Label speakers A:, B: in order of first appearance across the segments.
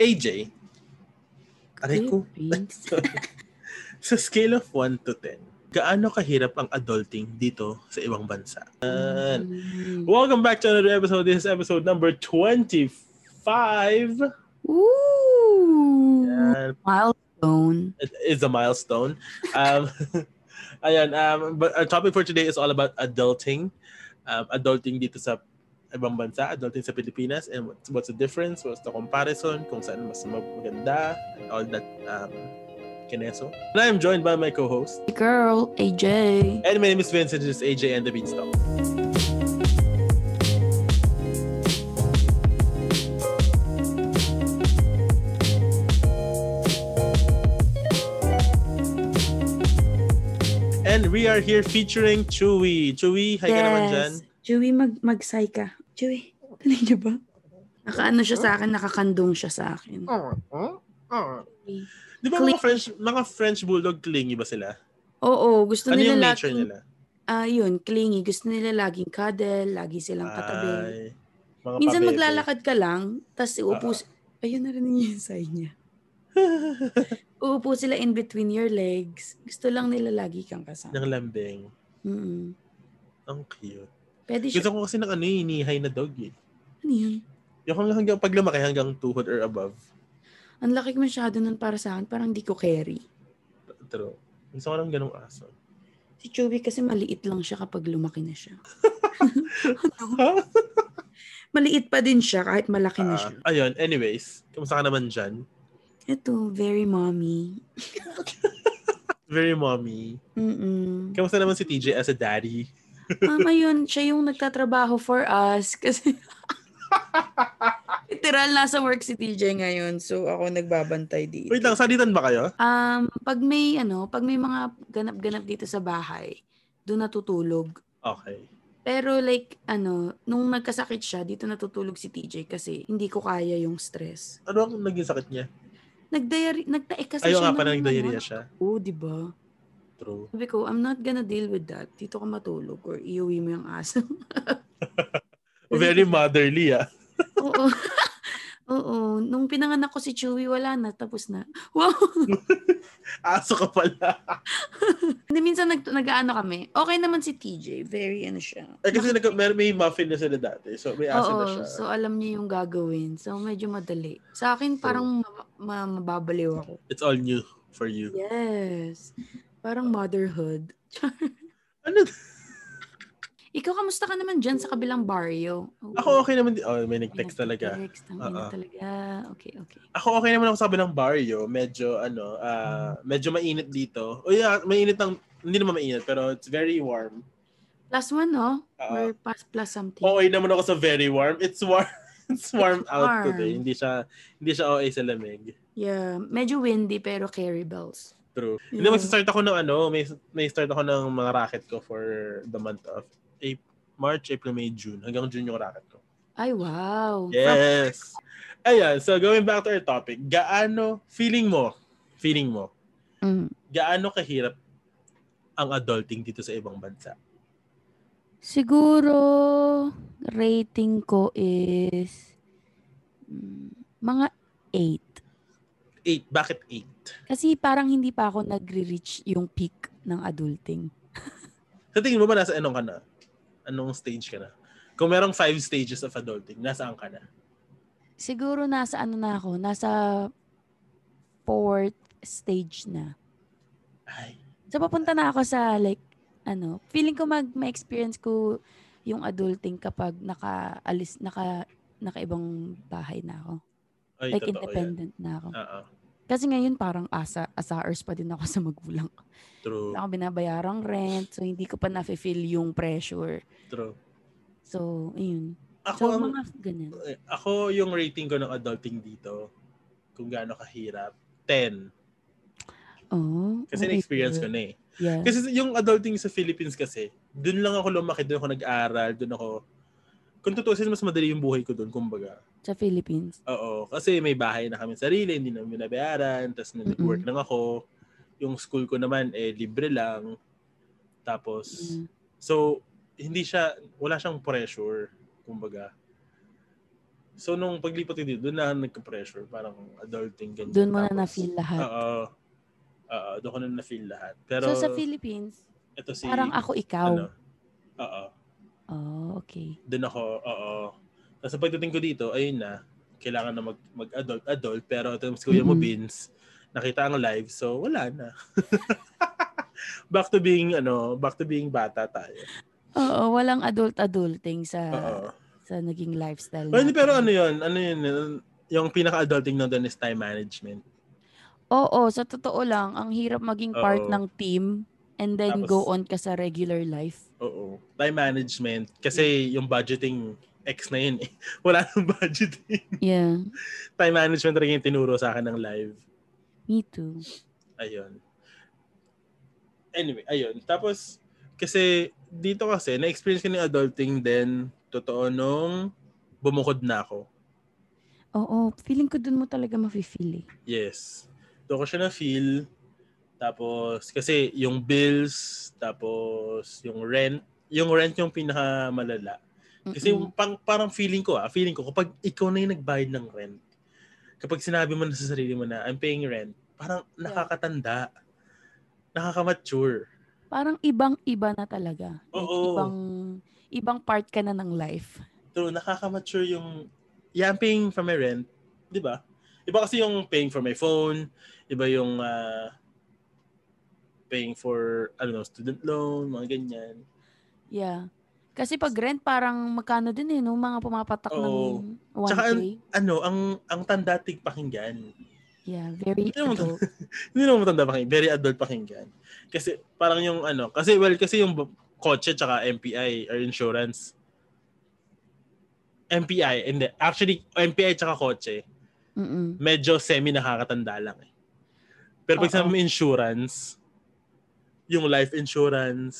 A: AJ, aray ko,
B: Philippines.
A: sa scale of 1 to 10, gaano kahirap ang adulting dito sa ibang bansa? Yan.
B: Mm.
A: Welcome back to another episode. This is episode number 25.
B: Ooh.
A: Yan.
B: Milestone.
A: it is a milestone. Um, ayan, um, but our topic for today is all about adulting. Um, adulting dito sa ibang bansa, adulting sa Pilipinas, and what's, what's the difference, what's the comparison, kung saan mas maganda, and all that um, kineso. And I'm joined by my co-host,
B: Hey, Girl, AJ.
A: and my name is Vincent, this is AJ and the Beanstalk. And we are here featuring Chewy. Chewy, hi ka naman dyan.
B: Chewy, mag magsay ka. Chewy, tuloy niyo ba? Nakaano siya sa akin, nakakandong siya sa akin.
A: Di ba mga French, mga French Bulldog clingy ba sila?
B: Oo, gusto
A: Ano
B: nila
A: yung nature
B: laging,
A: nila?
B: ah yun, clingy. Gusto nila laging cuddle, lagi silang katabi.
A: Ay, mga
B: Minsan
A: pabebe.
B: maglalakad ka lang, tapos uupo,
A: Ah.
B: si- ayun na rin yung sign niya. Uupo sila in between your legs. Gusto lang nila lagi kang kasama.
A: Ng lambing.
B: Mm-mm.
A: Ang cute.
B: Pwede siya.
A: Gusto ko kasi ng ano eh, inihay na dog eh.
B: Ano yun?
A: Yung hanggang, hanggang pag lumaki hanggang tuhod or above.
B: Ang laki masyado nun para sa akin. Parang di ko carry.
A: True. Gusto ko ng ganong aso.
B: Si Chubby kasi maliit lang siya kapag lumaki na siya.
A: Ha?
B: Maliit pa din siya kahit malaki na
A: Ah,
B: siya.
A: ayun, anyways. Kamusta ka naman dyan?
B: Ito, very mommy.
A: Very mommy.
B: Mm-mm.
A: Kamusta naman si TJ as a daddy?
B: Mama yun, siya yung nagtatrabaho for us kasi literal nasa work si TJ ngayon so ako nagbabantay dito.
A: Wait lang, salitan ba kayo?
B: Um, pag may ano, pag may mga ganap-ganap dito sa bahay, doon natutulog.
A: Okay.
B: Pero like ano, nung nagkasakit siya, dito natutulog si TJ kasi hindi ko kaya yung stress.
A: Ano ang naging sakit niya?
B: Nagdiary, nagtae kasi
A: Ayun
B: siya.
A: nga pala,
B: ng-
A: nagdiarrhea siya.
B: Oo, di ba?
A: True.
B: Sabi ko, I'm not gonna deal with that. Dito ka matulog or iuwi mo yung aso.
A: Very motherly ah.
B: Oo. Oo. Nung pinanganak ko si Chewy, wala na. Tapos na. Wow.
A: Aso ka pala.
B: Hindi, minsan nag, nag-ano kami. Okay naman si TJ. Very ano siya.
A: Eh, kasi nag- may, may muffin na sila dati. So may aso na
B: Oo.
A: siya.
B: So alam niya yung gagawin. So medyo madali. Sa akin, parang ma- ma- mababaliw ako.
A: It's all new for you.
B: Yes. Parang motherhood.
A: Ano?
B: Ikaw, kamusta ka naman dyan sa kabilang barrio? Oo.
A: Ako okay naman. di- Oh, may nag-text
B: Ay,
A: talaga.
B: Nag-text ang ina
A: Oo.
B: talaga. Okay, okay.
A: Ako okay naman ako sa kabilang barrio. Medyo ano, ah, medyo mainit dito. O yeah, mainit ng hindi naman mainit pero it's very warm.
B: Plus one, no?
A: Ah,
B: Or plus, plus something.
A: okay naman ako sa very warm. It's warm. It's warm
B: It's
A: out
B: warm.
A: today. Hindi siya hindi siya okay sa lamig.
B: Yeah. Medyo windy pero carry bells.
A: True. Hindi
B: Yeah.
A: mag-start ako ng ano, may may start ako ng mga racket ko for the month of April, March, April, May, June. Hanggang June yung racket ko.
B: Ay, wow.
A: Yes. Ayan, so going back to our topic, gaano feeling mo, feeling mo,
B: Mm.
A: gaano kahirap ang adulting dito sa ibang bansa?
B: Siguro, rating ko is mm, mga 8.
A: Eight. Bakit eight?
B: Kasi parang hindi pa ako nagre-reach yung peak ng adulting.
A: Sa tingin mo ba nasa anong ka na? Anong stage ka na? Kung merong five stages of adulting, nasaan ka na?
B: Siguro nasa ano na ako, nasa fourth stage na.
A: Ay,
B: So, papunta na ako sa like, ano, feeling ko mag ma-experience ko yung adulting kapag nakaalis, naka, nakaibang bahay na ako.
A: ay totoo yan. Ah,
B: Like, independent na ako.
A: Oo,
B: Kasi ngayon parang asa, asaers pa din ako sa magulang. ko.
A: true,
B: Wala akong binabayarang rent, so hindi ko pa nafe-feel yung pressure.
A: true.
B: So, ayun.
A: Ako,
B: So,
A: ang,
B: mga ganun.
A: eh, ako yung rating ko ng adulting dito, kung gaano kahirap, 10.
B: Oh,
A: Kasi na-experience ko na eh.
B: Yeah.
A: Kasi yung adulting sa Philippines kasi, dun lang ako lumaki, dun ako nag-aral, dun ako... Kung tutusin, mas madali yung buhay ko dun, kumbaga.
B: Sa Philippines.
A: Oo, kasi may bahay na kami sarili, hindi namin binabayaran, tapos
B: Mm-mm.
A: nag-work lang ako. Yung school ko naman, eh, libre lang. Tapos,
B: Yeah.
A: so, hindi siya, wala siyang pressure, kumbaga. So, nung paglipat ko dito, doon na nagka-pressure. Parang adulting, ganyan.
B: Doon mo na
A: Tapos,
B: na-feel lahat.
A: Oo. Oo, doon ko na na-feel lahat. Pero,
B: so sa Philippines,
A: ito si,
B: parang ako ikaw.
A: ano, Oo.
B: Oh, okay.
A: Doon ako, oo. Tapos sa pagdating ko dito, ayun na, kailangan na mag, mag-adult, adult. Pero ito mas kuya mo,
B: Mhm.
A: Vince, nakita ang live, so wala na. back to being, ano, back to being bata tayo.
B: Oo, walang adult-adulting sa
A: Oo.
B: sa naging lifestyle.
A: Well, hindi,
B: natin.
A: pero ano yun, ano yun, yung pinaka-adulting na doon is time management.
B: Oo, sa totoo lang, ang hirap maging part
A: Oo.
B: ng team and then
A: Tapos-
B: go on ka sa regular life.
A: Oo. Time management. Kasi yung budgeting, ex na yun eh. Wala nang budgeting.
B: Yeah,
A: Time management rin yung tinuro sa akin ng live.
B: me too.
A: Ayun. Anyway, ayun. Tapos, kasi dito kasi, na-experience ko ng adulting then totoo nung bumukod na ako.
B: Oo, feeling ko dun mo talaga mafe-feel eh.
A: Yes. Doon ko siya na-feel. Tapos, kasi yung bills, tapos yung rent, yung rent yung pinakamalala. Kasi
B: Mm-mm.
A: pang, parang feeling ko ah, feeling ko kapag ikaw na yung nagbayad ng rent, kapag sinabi mo na sa sarili mo na I'm paying rent, parang nakakatanda, nakakamature.
B: parang ibang-iba na talaga. Like,
A: Oo.
B: ibang ibang part ka na ng life.
A: So nakakamature yung yeah, I'm paying for my rent, 'di ba? Iba kasi yung paying for my phone, iba yung ah, paying for I don't know, student loan, mga ganyan.
B: Yeah. Kasi pag rent parang magkano din eh no mga pumapatak
A: Oo.
B: ng 1k.
A: Tsaka Ano, ang ang tanda tig pakinggan.
B: yeah, very
A: Hindi naman-
B: adult.
A: Hindi naman matanda pakinggan, very adult pakinggan. Kasi parang yung ano, kasi well kasi yung b- kotse tsaka MPI or insurance. MPI, hindi. Actually, MPI tsaka kotse,
B: Mm-mm.
A: medyo semi nakakatanda lang eh. Pero pag
B: Oo.
A: sinabi mo insurance, yung life insurance,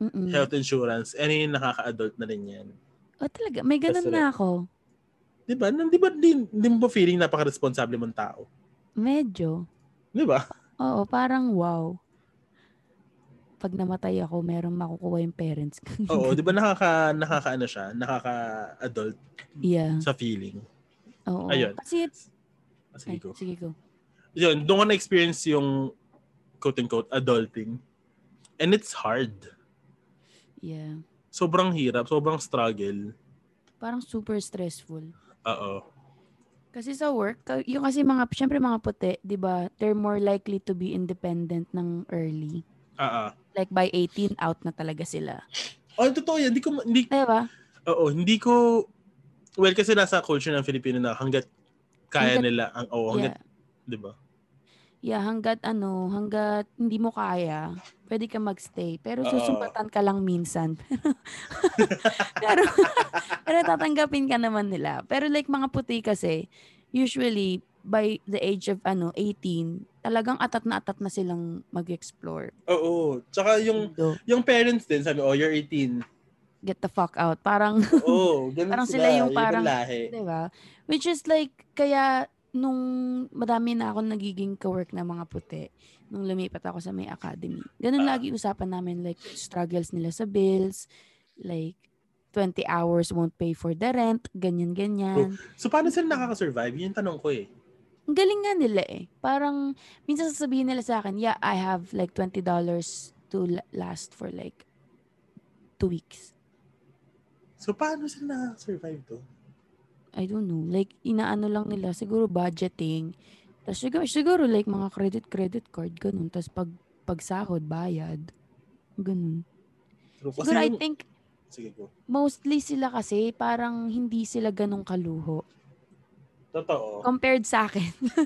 B: Mm-mm.
A: health insurance, any nakaka-adult na rin yan.
B: Oh, talaga. May ganun
A: Basta
B: na ako.
A: Di ba? Nan- Di ba din, din mo feeling napaka-responsable mong tao?
B: Medyo.
A: Di ba?
B: Oo, parang wow. Pag namatay ako, merong makukuha yung parents ko.
A: Oo, di ba nakaka, nakaka ano siya? Nakaka-adult
B: yeah.
A: sa feeling.
B: Oo.
A: Ayun.
B: Kasi,
A: Ah,
B: ay,
A: Sige ko.
B: sige go.
A: Yun, doon ko na-experience yung quote-unquote adulting. And it's hard.
B: Yeah.
A: Sobrang hirap, sobrang struggle.
B: Parang super stressful.
A: Oo.
B: Kasi sa work, ka- yung kasi mga, syempre mga puti, di ba, they're more likely to be independent ng early.
A: Oo.
B: Like by 18, out na talaga sila.
A: Oh, totoo yan. Hindi ko, ma- hindi,
B: Di ba?
A: Oo, hindi ko well kasi nasa culture ng Filipino na hangga't kaya
B: Hanggat-
A: nila ang oh, hangga't,
B: Yeah.
A: 'di ba?
B: Yeah, hanggat ano, hanggat hindi mo kaya, pwede ka magstay. Pero
A: Oo.
B: susumpatan ka lang minsan. pero, pero tatanggapin ka naman nila. Pero like mga puti kasi, usually, by the age of ano 18, talagang atat na atat na silang mag-explore.
A: Oo. Tsaka yung
B: Mundo.
A: yung parents din sabi, "Oh, you're 18."
B: Get the fuck out. Parang
A: Oo, ganun
B: Parang
A: sila,
B: sila yung parang-
A: lahi.
B: Diba? Which is like, kaya nung madami na ako nagiging kawork na mga puti nung lumipat ako sa may academy. Ganun
A: Ah.
B: lagi usapan namin like struggles nila sa bills, like 20 hours won't pay for the rent, ganyan-ganyan.
A: So paano sila nakaka-survive? Yun yung tanong ko eh.
B: Ang galing nga nila eh. Parang minsan sasabihin nila sa akin, yeah, I have like $20 to la- last for like two weeks.
A: So paano sila nakaka-survive to?
B: I don't know, like inaano lang nila, siguro budgeting. Tapos siguro, siguro like mga credit credit card ganun. Tapos pag pag sahod bayad. Ganun.
A: True. Kasi
B: Siguro I
A: yung-
B: think
A: sige po.
B: mostly sila kasi parang hindi sila ganun kaluho
A: Totoo.
B: compared sa akin.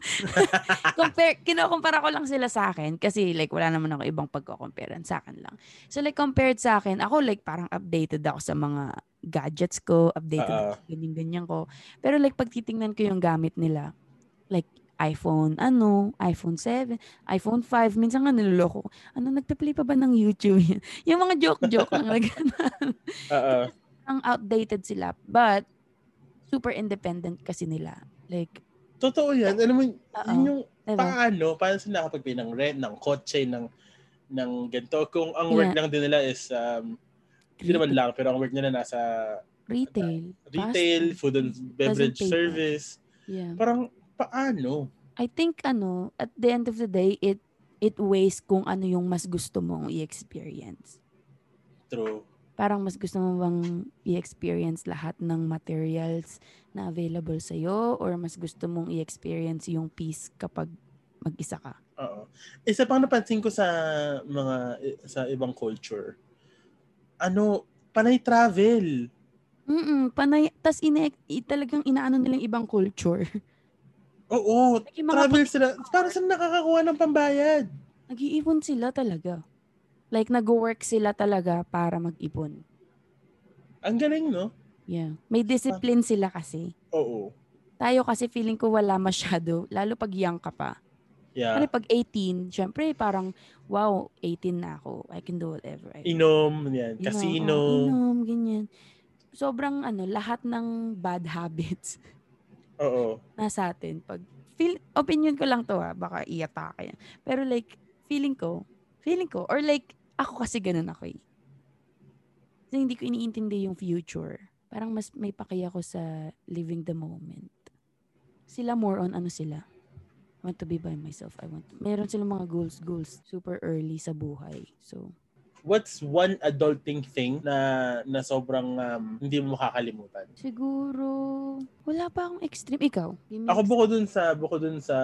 B: Compare kinukumpara ko lang sila sa akin kasi like wala naman ako ibang pagko-comparean sa akin lang. So like compared sa akin, ako like parang updated ako sa mga gadgets ko, updated
A: Ah, ah.
B: ako sa ganyan-ganyan ko. Pero like pag titingnan ko yung gamit nila, like iPhone, ano, iPhone 7, iPhone 5, minsan nga niloloko ko, ano, nagpa-play pa ba ng YouTube yan? yung mga joke-joke lang na ganun.
A: Oo.
B: Ang outdated sila, but super independent kasi nila. Like,
A: Totoo yan. Alam mo, yun
B: oo,
A: yung
B: diba?
A: paano, paano sila nakapagpay ng rent, ng kotse, ng ng ganito. Kung ang work
B: Yeah.
A: lang din nila is um, Hindi naman lang, pero ang work nila nasa
B: Retail.
A: Retail,
B: fast
A: food and beverage
B: pay tax.
A: service.
B: food. Yeah.
A: Parang paano?
B: I think ano, at the end of the day, it it weighs kung ano yung mas gusto mong i-experience.
A: True.
B: Parang mas gusto mo bang i-experience lahat ng materials na available sa'yo or mas gusto mong i-experience yung peace kapag mag-isa ka.
A: Oo. Isa pang napansin ko sa mga sa ibang culture. Ano, panay travel.
B: Mm panay, tas ina, i- talagang inaano nilang ibang culture.
A: Oo,
B: Like, yung mga
A: travel sila. Parang sila nakakakuha ng pambayad.
B: Nag-iipon sila talaga. Like, nag-work sila talaga para mag-ipon.
A: Ang galing, no?
B: Yeah. May discipline sila kasi.
A: Oo.
B: Tayo kasi feeling ko wala masyado, lalo pag young ka pa. Kasi
A: Yeah.
B: pag 18, syempre parang, wow, 18 na ako. I can do whatever. I
A: Inom, yan.
B: You know,
A: Casino.
B: oh, inom, ganyan. Sobrang ano, lahat ng bad habits
A: Oo.
B: nasa atin. Pag, feel, opinion ko lang to ha, baka iatake yan. Pero like, feeling ko, feeling ko, or like, ako kasi ganun ako eh. Kasi hindi ko iniintindi yung future. Parang mas may pakiya ko sa living the moment. Sila more on ano sila. I want to be by myself. I want Meron silang mga goals, goals super early sa buhay. So,
A: What's one adulting thing na na sobrang um, hindi mo makakalimutan?
B: siguro, wala pa akong extreme. Ikaw? give me
A: Ako
B: ex-
A: buko dun sa buko dun sa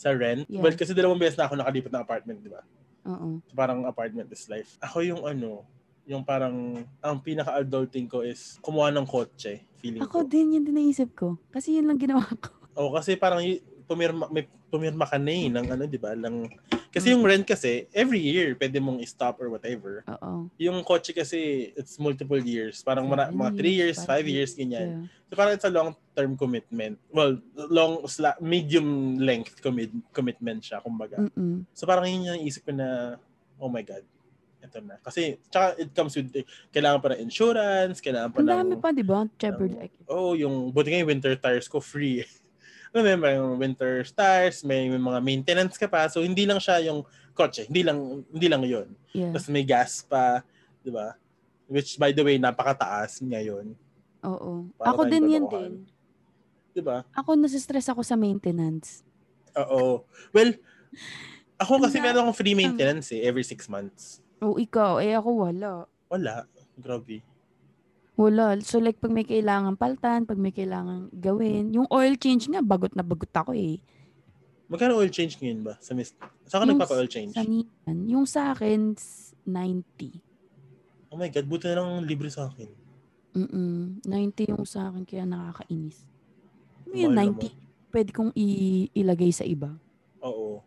A: sa rent.
B: Yeah.
A: Well, kasi dalawang beses na ako nakalipat ng apartment, di ba?
B: Oo.
A: So, parang apartment is life. Ako yung ano, yung parang ang pinaka-adulting ko is kumuha ng kotse, feeling ko.
B: Ako din, yun din naisip ko. Kasi yun lang ginawa ko.
A: O kasi parang y- pumirma, may pumirma ka na eh, ng ano, di ba? Lang, kasi yung rent kasi, every year, pwede mong stop or whatever.
B: Oo.
A: Yung kotse kasi, it's multiple years. Parang mara-
B: Seven
A: mga 3 years,
B: years,
A: 5
B: five
A: years, ganyan.
B: Yeah.
A: So parang it's a long-term commitment. Well, long, sla- medium-length commit- commitment siya, kumbaga.
B: Mm-mm.
A: So parang yun yung isip ko na, oh my God, ito na. Kasi, tsaka it comes with, eh, kailangan pa ng insurance, kailangan pa
B: Ang
A: ng,
B: dami pa, di ba? Jeopardy.
A: ng-
B: Ay,
A: oh, yung, buti nga yung winter tires ko free. eh. Alam mo yun, may mga winter tires, may, may mga maintenance ka pa. So, hindi lang siya yung kotse. Hindi lang, hindi lang yun.
B: Yeah.
A: Tapos may gas pa, di ba? Which, by the way, napakataas ngayon.
B: Oo.
A: Para tayong
B: Ako
A: ano?
B: din yan
A: dalawahan.
B: din.
A: Di ba?
B: Ako, nasistress ako sa maintenance.
A: Oo. Well, ako kasi
B: Ang dami.
A: meron akong free maintenance eh, every six months.
B: O ikaw, eh ako wala.
A: Wala. Grabe.
B: Wala. So like, pag may kailangan paltan, pag may kailangan gawin, yung oil change nga, bagot na bagot ako eh.
A: Magkano oil change ngayon ba? Sa mis- Saan ka
B: Yung
A: nagpapa-oil change?
B: Sa Nissan. Yung sa akin, s- 90.
A: Oh my God, buti na lang libre sa akin.
B: Mm-mm. 90 yung sa akin, kaya nakakainis. Ano Yung
A: Mahal
B: 90, pwede kong i- ilagay sa iba.
A: Oo.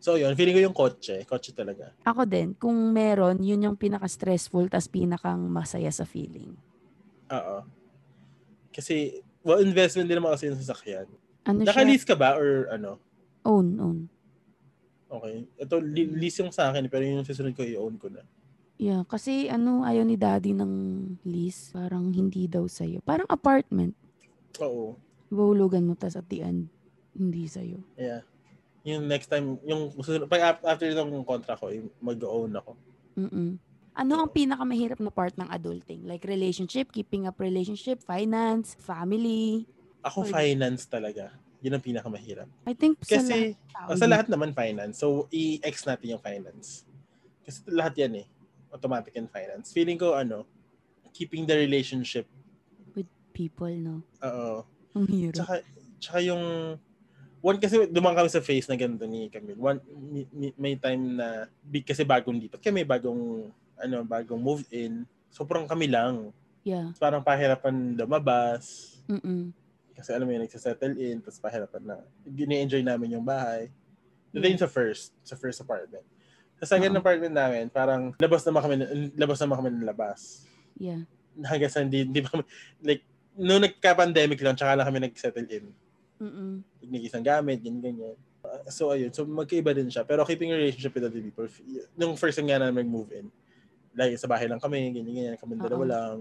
A: So yun, feeling ko yung kotse. Kotse talaga.
B: Ako din, kung meron, yun yung pinaka-stressful tas pinakang masaya sa feeling.
A: Oo. Kasi, well, investment din naman kasi yung sasakyan.
B: Ano siya?
A: Naka-lease ka ba or ano?
B: Own, own.
A: Okay. Ito, li- lease yung sa akin, pero yung susunod ko, i-own ko na.
B: Yeah, kasi ano, ayaw ni daddy ng lease. Parang hindi daw sa'yo. Parang apartment.
A: Oo.
B: Iwahulugan mo tas at the end, hindi sa'yo.
A: Yeah. Yung next time, yung susunod, pag af- after itong contract ko, i- mag-own ako.
B: Mm-mm. Ano ang pinakamahirap na part ng adulting? Like relationship, keeping up relationship, finance, family.
A: Ako,
B: Pwede.
A: finance talaga. Yun ang pinakamahirap.
B: I think sa lahat
A: Kasi,
B: tao
A: Oh, sa
B: yun.
A: lahat naman finance. So, i-X natin yung finance. Kasi lahat yan eh. Automatic and finance. Feeling ko, ano, keeping the relationship.
B: people, no?
A: Oo.
B: Ang hirap.
A: Tsaka, tsaka yung, one kasi dumaan kami sa face na ganito ni Camille. One, may- may, may time na, big kasi bagong dito. Kaya may bagong, ano, bagong move in. Sobrang kami lang.
B: Yeah.
A: Parang pahirapan lumabas.
B: Mm-mm.
A: Kasi alam mo yun, nagsasettle in, tapos pahirapan na. Gini-enjoy namin yung bahay. Ito yung sa first, sa first apartment. Sa second
B: Oo.
A: apartment namin, parang labas naman kami, labas naman kami ng labas.
B: Yeah.
A: Hanggang sa hindi, hindi pa kami, like, noong nagka-pandemic lang, tsaka lang kami nag-settle in.
B: Mm-mm.
A: Nagigis ng gamit, ganyan, ganyan. Uh, So, ayun. So, magkaiba din siya. Pero keeping relationship with other people, f- y- nung first time nga namin mag-move in, like, sa bahay lang kami, ganyan, ganyan, kami dalawa
B: Oo.
A: lang.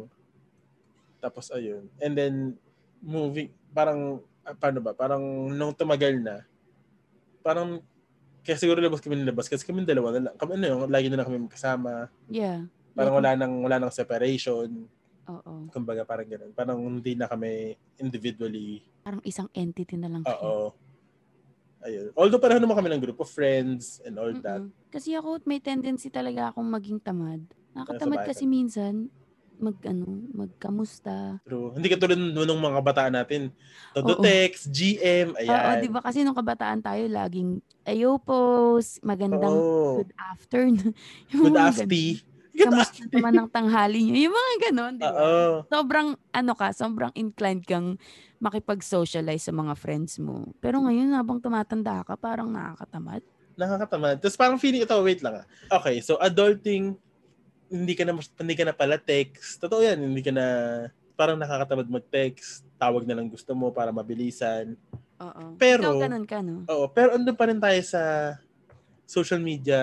A: Tapos, ayun. And then, moving, parang, ah, paano ba? Parang, nung tumagal na, parang, kaya siguro labas kami ng labas kasi kami dalawa na lang. Kami, ano, yung, lagi na lang kami magkasama.
B: Yeah.
A: Parang wala nang, wala nang separation.
B: Oo.
A: Kumbaga parang ganun. Parang hindi na kami individually.
B: Parang isang entity na lang kayo.
A: Oo. Ayun. Although pareho naman kami ng group of friends and all that.
B: Mm-mm. Kasi ako may tendency talaga akong maging tamad.
A: Nasa
B: Nakakatamad
A: bahay
B: kasi minsan mag ano, magkamusta.
A: True. Hindi katulad nung mga kabataan natin.
B: Oo.
A: Todotex, GM,
B: Oo,
A: ayan.
B: Ah, oh, di ba kasi nung kabataan tayo laging ayo pos, magandang
A: Oo.
B: good afternoon. Yung
A: Good
B: mga
A: after.
B: ganun. Kamusta naman ang tanghali niyo? Yung mga ganon, di ba?
A: Oo.
B: Sobrang ano ka, sobrang inclined kang makipag-socialize sa mga friends mo.
A: Mm.
B: Pero ngayon habang tumatanda ka, parang nakakatamad.
A: Nakakatamad. Tapos parang feeling ito, wait lang ah. Okay, so adulting, hindi ka na, mas- hindi ka na pala text. Totoo yan, hindi ka na, parang nakakatamad mag-text. Tawag na lang gusto mo para mabilisan.
B: Oo.
A: Pero-
B: Ikaw ganun ka, no?
A: Oo, pero andun pa rin tayo sa social media.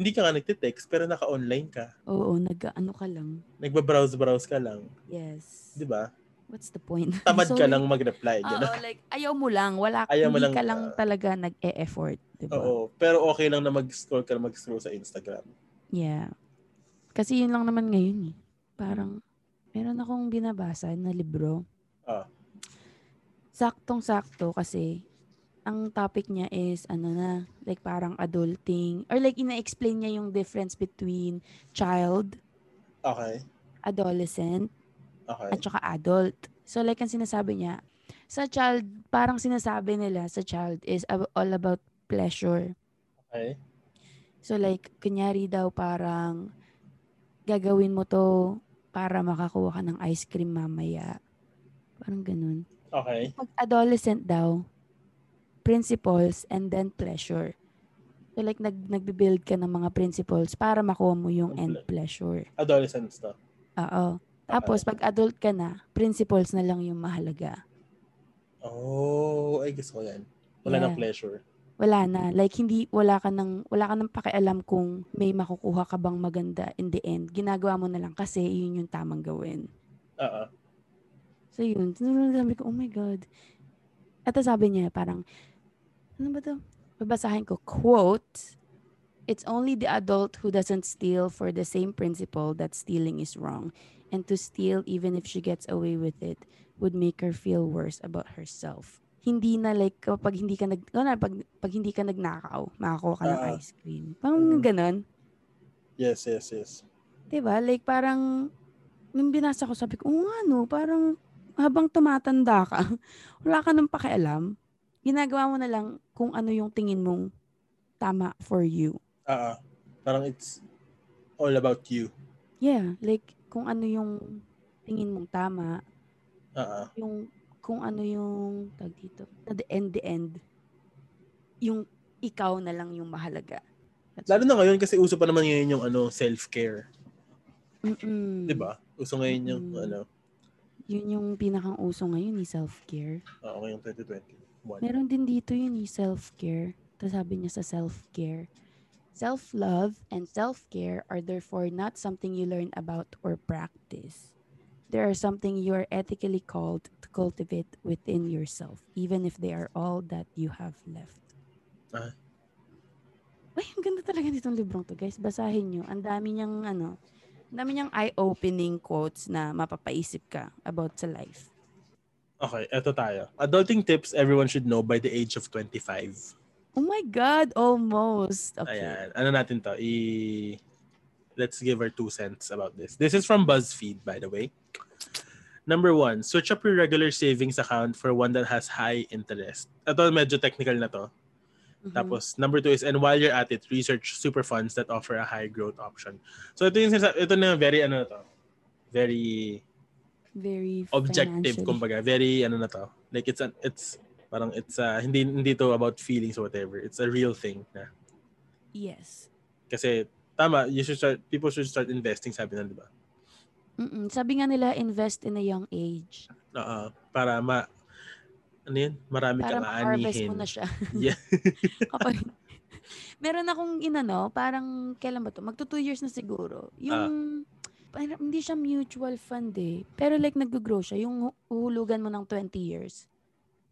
A: Hindi ka nga nagte-text, pero naka-online ka.
B: Oo, nag-ano ka lang.
A: Nagbabrowse-browse ka lang.
B: Yes.
A: Di ba?
B: What's the point?
A: Tamad
B: So,
A: ka lang mag-reply.
B: Oo,
A: ganun.
B: like, ayaw mo lang. Wala,
A: Ayaw mo
B: hindi
A: lang,
B: ka lang
A: ah.
B: talaga nag-e-effort. Diba?
A: Oo, pero okay lang na mag-scroll ka, mag-scroll sa Instagram.
B: Yeah. Kasi yun lang naman ngayon eh. Parang, meron akong binabasa na libro.
A: Ah.
B: Saktong-sakto kasi ang topic niya is ano na, like parang adulting. Or like ina-explain niya yung difference between child,
A: Okay,
B: adolescent,
A: okay.
B: at saka adult. So like ang sinasabi niya, sa child, parang sinasabi nila sa child is ab- all about pleasure.
A: Okay.
B: So like, kunyari daw parang gagawin mo to para makakuha ka ng ice cream mamaya. Parang ganun.
A: Okay.
B: Pag adolescent daw, principles and then pleasure. So like, nag, nagbe-build ka ng mga principles para makuha mo yung end pleasure.
A: Adolescence to.
B: Oo. Tapos, pag adult ka na, principles na lang yung mahalaga.
A: Oh, ay gusto ko yan. Wala
B: Yeah.
A: ng pleasure.
B: wala na. Like, hindi, wala ka nang, wala ka nang pakialam kung may makukuha ka bang maganda in the end. Ginagawa mo na lang kasi yun yung tamang gawin.
A: Oo.
B: So, yun. Tinulungan sabi ko, oh my God. At tapos sabi niya, parang, ano ba to? Babasahin ko, quote, It's only the adult who doesn't steal for the same principle that stealing is wrong. And to steal, even if she gets away with it, would make her feel worse about herself. Hindi na like, kapag hindi ka nag, ano, pag, pag hindi ka nagnakaw, makakuha ka ng
A: Ah.
B: ice cream. Parang
A: Mm.
B: ganon.
A: Yes, yes, yes.
B: 'Di ba? Like parang nung binasa ko sabi ko, "Oo nga no, parang habang tumatanda ka, wala ka nang pakialam. Ginagawa mo na lang kung ano yung tingin mong tama for you."
A: Oo. Uh-uh. Parang it's all about you.
B: Yeah, like kung ano yung tingin mong tama,
A: Oo.
B: yung kung ano yung tag dito. At the end the end yung ikaw na lang yung mahalaga. That's
A: Lalo
B: it.
A: na ngayon kasi uso pa naman ngayon yung ano, self-care.
B: Mm-mm.
A: 'Di ba? Uso ngayon yung
B: Mm.
A: ano,
B: Yun yung pinakang uso ngayon ni self-care.
A: oo, ngayong 2021.
B: Meron din dito yun, yung self-care. Tapos sabi niya sa self-care, self-love and self-care are therefore not something you learn about or practice. They are something you are ethically called to cultivate within yourself, even if they are all that you have left.
A: Ah.
B: Ay, ang ganda talaga nitong librong to, guys. Basahin nyo. Ang dami niyang, ano, ang dami niyang eye-opening quotes na mapapaisip ka about sa life.
A: Okay, eto tayo. Adulting tips everyone should know by the age of 25.
B: Oh my God, almost. Okay.
A: Ayan. Ano natin to? I... Let's give her two cents about this. This is from BuzzFeed, by the way. Number one, switch up your regular savings account for one that has high interest. Ito, medyo technical na to.
B: Mhm.
A: Tapos, number two is, and while you're at it, research super funds that offer a high growth option. So, ito yung sinasa- ito na very, ano na to, very
B: very
A: objective,
B: financially.
A: kumbaga. Very, ano na to. Like, it's, an, it's, parang it's, uh, hindi, hindi to about feelings or whatever. It's a real thing na
B: Yes.
A: Kasi tama, you should start people should start investing sabi na, 'di ba?
B: Mm-mm. Sabi nga nila, invest in a young age.
A: Oo, para ma ano yun? Marami
B: Para
A: kang
B: ma-harvest
A: aanihin.
B: mo na siya.
A: Yeah.
B: Kapag, meron akong inano, parang, kailan ba to? Magto two years na siguro. Yung,
A: Ah.
B: parang, hindi siya mutual fund eh. Pero like, nag-grow siya. Yung hu- huhulugan mo ng 20 years.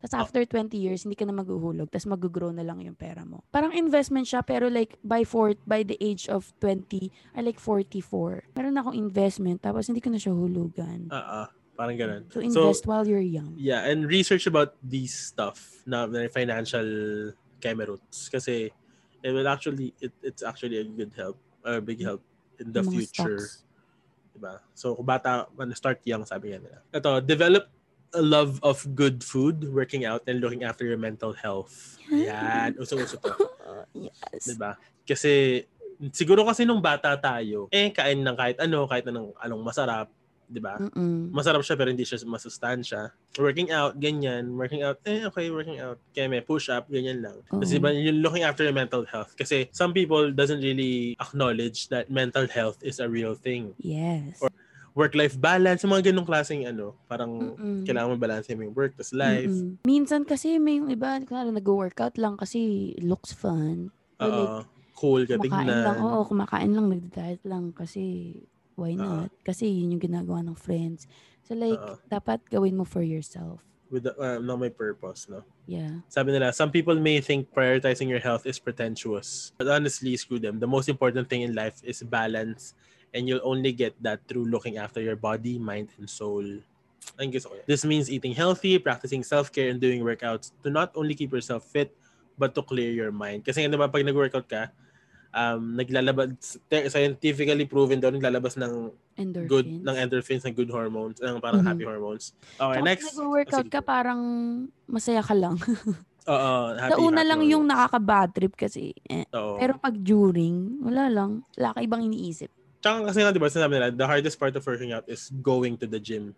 B: Tapos
A: Ah.
B: after 20 years, hindi ka na maguhulog. Tapos mag-grow na lang yung pera mo. Parang investment siya, pero like by four, by the age of 20, or like 44, meron akong investment, tapos hindi ko na siya hulugan.
A: Ah, ah, parang ganun.
B: So
A: So,
B: invest while you're young.
A: yeah, and research about these stuff na na financial cameroons kasi it will actually, it, it's actually a good help, or a big help in the
B: Yung mga
A: future.
B: stocks.
A: Diba? So, kung bata, man, start young, sabi nga nila. Ito, develop a love of good food, working out, and looking after your mental health.
B: Yeah.
A: Ayan, usong-uso to.
B: yes.
A: Diba? Kasi, siguro kasi nung bata tayo, eh, kain ng kahit ano, kahit anong, anong masarap, diba?
B: Mm-mm.
A: Masarap siya pero hindi siya masustansya. Working out, ganyan. Working out, eh, okay, working out. Kaya may push-up, ganyan lang. Kasi
B: Oo.
A: ba, you're looking after your mental health. Kasi some people doesn't really acknowledge that mental health is a real thing.
B: Yes.
A: Work-life balance, yung mga ganong klaseng ano, parang
B: Mm-mm.
A: kailangan mo balance yung work tas life.
B: Mm-mm. Minsan kasi may yung iba, klaro, nag-workout lang kasi looks fun. Or like,
A: Oo. cool ka
B: kumakain
A: tignan.
B: lang. Oo, kumakain lang, nagda-diet lang kasi why
A: Ah.
B: not? Kasi yun yung ginagawa ng friends. So like,
A: Ah.
B: dapat gawin mo for yourself.
A: With the, uh, no, may purpose, no?
B: Yeah.
A: Sabi nila, some people may think prioritizing your health is pretentious. But honestly, screw them. The most important thing in life is balance. And you'll only get that through looking after your body, mind, and soul. Ang gusto ko yan. This means eating healthy, practicing self-care, and doing workouts to not only keep yourself fit, but to clear your mind. Kasi nga diba, pag nag-workout ka, um, naglalabas, scientifically proven daw, naglalabas ng
B: Endorphins.
A: good, ng endorphins, ng good hormones, ng parang
B: Mhm.
A: happy hormones. Okay,
B: Tsaka
A: next.
B: Pag nag-workout
A: Oh, sige.
B: ka, parang masaya ka lang.
A: Oo, happy,
B: Sa una
A: happy
B: lang yung
A: hormones.
B: nakaka-bad trip kasi. Eh.
A: Oo.
B: Pero pag during, wala lang. Wala ka ibang iniisip.
A: Tsaka kasi nga, di ba, sinabi nila, the hardest part of working out is going to the gym.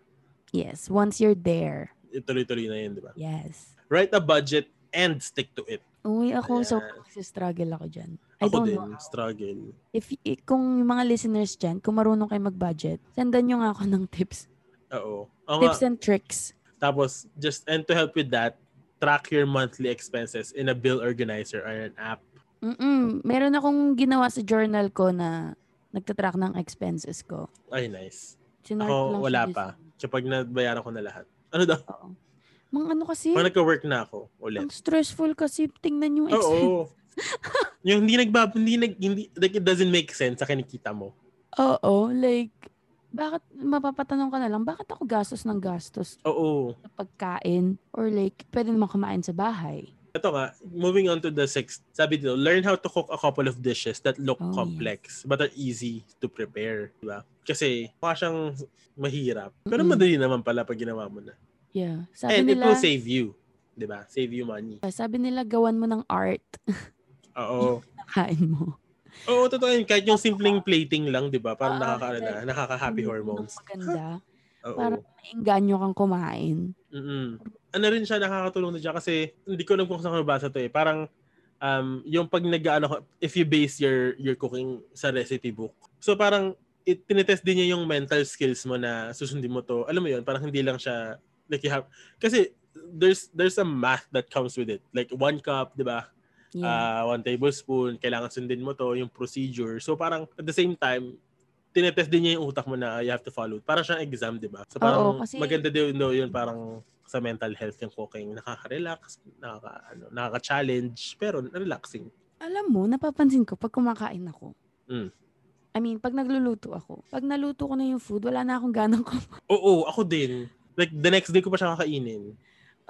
B: Yes, once you're there.
A: Ituloy-tuloy na yun, di ba?
B: Yes.
A: Write a budget and stick to it.
B: Uy, ako, so
A: Ayan.
B: struggle ako dyan. I
A: Ako
B: don't
A: din,
B: know how.
A: struggle.
B: If, i- kung yung mga listeners dyan, kung marunong kayo mag-budget, sendan nyo nga ako ng tips.
A: Oo. Oo nga.
B: Tips and tricks.
A: Tapos, just, and to help with that, track your monthly expenses in a bill organizer or an app.
B: Mm-mm. Meron akong ginawa sa journal ko na nagtatrack ng expenses ko.
A: Ay, nice.
B: Sinark
A: Ako,
B: lang
A: wala
B: siya
A: pa. Kapag nabayaran ko na lahat. Ano daw?
B: this- Oo. Mga ano kasi,
A: Pag nagka-work na ako, ulit.
B: ang stressful kasi tingnan yung
A: Oo.
B: expenses.
A: yung hindi nagbab, hindi nag, hindi, like, it doesn't make sense sa kinikita mo.
B: Oo, like, bakit, mapapatanong ka na lang, bakit ako gastos ng gastos
A: Oo.
B: sa pagkain? Or like, pwede naman kumain sa bahay.
A: Ito nga, moving on to the sixth. Sabi dito, learn how to cook a couple of dishes that look
B: Oh,
A: complex but are easy to prepare. Diba? Kasi mukha siyang mahirap. Pero
B: Mm-mm.
A: madali naman pala pag ginawa mo na.
B: Yeah. Sabi
A: And it
B: nila,
A: will save you. Diba? Save you money.
B: sabi nila, gawan mo ng art,
A: Oo.
B: kain mo.
A: Oo, totoo yun. Kahit yung simpleng plating lang, diba? Parang
B: Oo,
A: nakaka, ano na, nakaka-happy
B: Ano,
A: hormones.
B: anong Maganda.
A: Oo.
B: Ah, Parang maingganyo kang kumain.
A: Mm-mm. Ano rin siya, nakakatulong na siya kasi hindi ko alam kung saan ko nabasa to eh. Parang um, yung pag nag ano, if you base your your cooking sa recipe book. So parang it, tinetest din niya yung mental skills mo na susundin mo to. Alam mo yun, parang hindi lang siya like you have, kasi there's there's a math that comes with it. Like one cup, 'di ba?
B: Yeah.
A: Ah, one tablespoon, kailangan sundin mo to, yung procedure. So parang at the same time, tinetest din niya yung utak mo na you have to follow. Parang siyang exam, di ba? So parang
B: Oo, kasi-
A: maganda din no, yun parang sa mental health yung cooking. Nakaka-relax, nakaka, ano, nakaka-challenge, pero relaxing.
B: Alam mo, napapansin ko pag kumakain ako.
A: Mm.
B: I mean, pag nagluluto ako. Pag naluto ko na yung food, wala na akong ganang kumain.
A: Oo, ako din. Like the next day ko pa siya kakainin.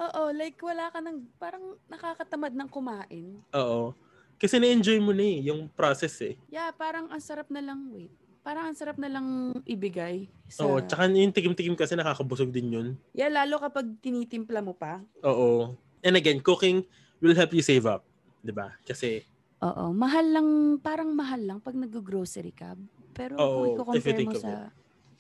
B: Oo, like wala ka ng, parang nakakatamad ng kumain.
A: Oo. Kasi na-enjoy mo na eh, yung process eh.
B: Yeah, parang ang sarap na lang, wait. Parang ang sarap na lang ibigay. Sa...
A: Oo, tsaka yung tikim-tikim kasi nakakabusog din yun.
B: Yeah, lalo kapag tinitimpla mo pa.
A: Oo. And again, cooking will help you save up. 'di ba? Kasi
B: Oo, mahal lang, parang mahal lang pag nag-grocery ka. Pero
A: Oo,
B: kung
A: if you
B: i-compare
A: think
B: mo
A: of
B: sa,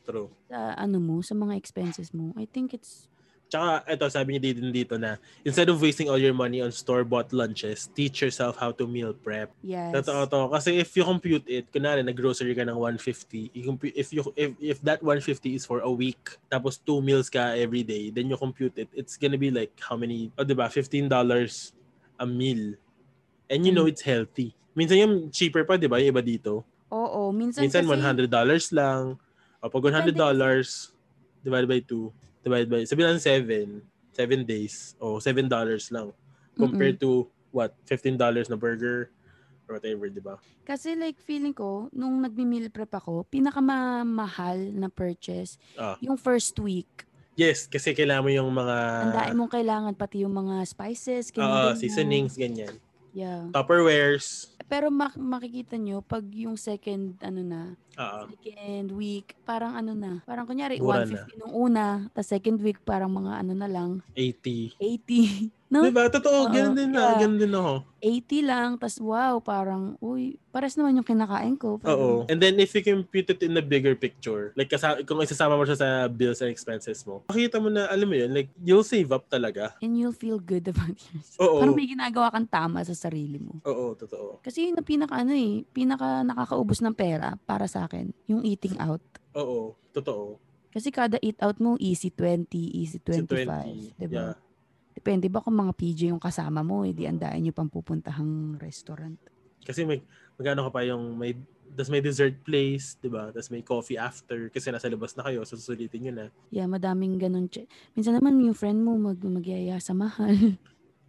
A: true.
B: sa ano mo, sa mga expenses mo, I think it's,
A: Tsaka ito, sabi niya din dito na instead of wasting all your money on store-bought lunches, teach yourself how to meal prep.
B: yes.
A: Totoo to. Kasi if you compute it, kunwari nag-grocery ka ng 150, you compu- if, you, if, if that 150 is for a week, tapos two meals ka every day, then you compute it, it's gonna be like how many, oh, diba, $15 a meal. And you know
B: Mm.
A: it's healthy. Minsan yung cheaper pa, diba, yung iba dito.
B: Oo, minsan,
A: Minsan
B: kasi,
A: $100 lang. O pag $100,
B: Depende kasi.
A: divided by 2, divided by, sabi natin 7, seven days o seven dollars lang compared to what fifteen dollars na burger or whatever, di ba?
B: Kasi like feeling ko, nung nagmi-meal prep ako, pinakamamahal na purchase,
A: Ah.
B: yung first week.
A: Yes, kasi kailangan mo yung mga
B: Ang dami mong kailangan, pati yung mga
A: ah,
B: spices, kinilin mo.
A: seasonings, ganyan.
B: Yeah.
A: Tupperwares.
B: Pero mak- makikita nyo, pag yung second, ano na,
A: Ah,
B: second week, parang ano na, parang kunyari,
A: Mura
B: 150 nung una, tapos second week, parang mga ano na lang,
A: 80.
B: 80. No?
A: Diba? Totoo,
B: Oo,
A: ganun din na.
B: yeah.
A: Ganun din ako.
B: 80 lang, tapos wow, parang, uy, pares naman yung kinakain
A: Oo.
B: ko. Parang,
A: And then if you compute it in the bigger picture, like kasa- kung isasama mo siya sa bills and expenses mo, makikita mo na, alam mo yun, like you'll save up talaga.
B: And you'll feel good about yourself.
A: Oo.
B: Parang may ginagawa kang tama sa sarili mo.
A: Oo, totoo.
B: Kasi yun ang pinaka ano eh, pinaka nakakaubos ng pera para sa akin, yung eating out.
A: Oo, totoo.
B: Kasi kada eat out mo, easy 20, easy
A: Kasi 20,
B: 25.
A: Yeah.
B: Diba? Depende ba kung mga PJ yung kasama mo, eh, hindi andain yung pampupuntahang restaurant.
A: Kasi may, magkano ka pa yung may tas may dessert place, di ba? Tas may coffee after kasi nasa labas na kayo, so susulitin yun na.
B: Yeah, madaming ganun. che- Minsan naman yung friend mo mag magyaya sa mahal.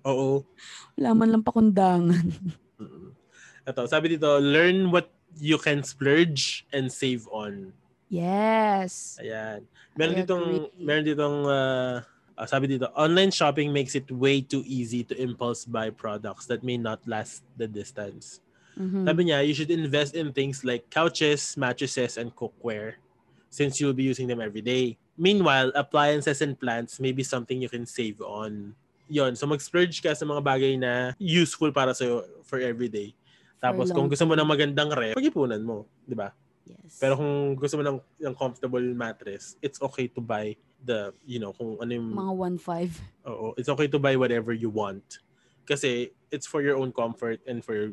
A: Oo.
B: Wala man lang pakundangan.
A: Mm-mm. Ito, sabi dito, learn what you can splurge and save on.
B: Yes.
A: Ayan. Meron
B: I
A: ditong
B: agree.
A: meron ditong ah, ah, sabi dito, online shopping makes it way too easy to impulse buy products that may not last the distance.
B: Mhm.
A: Sabi niya, you should invest in things like couches, mattresses, and cookware since you'll be using them every day. Meanwhile, appliances and plants may be something you can save on. Yon, so mag-splurge ka sa mga bagay na useful para sa'yo for everyday. Tapos kung
B: long
A: gusto mo ng magandang rep, pag-ipunan mo, di ba?
B: Yes.
A: Pero kung gusto mo ng, ng comfortable mattress, it's okay to buy the, you know, kung ano yung,
B: mga 1.5.
A: oo, it's okay to buy whatever you want. Kasi it's for your own comfort and for your,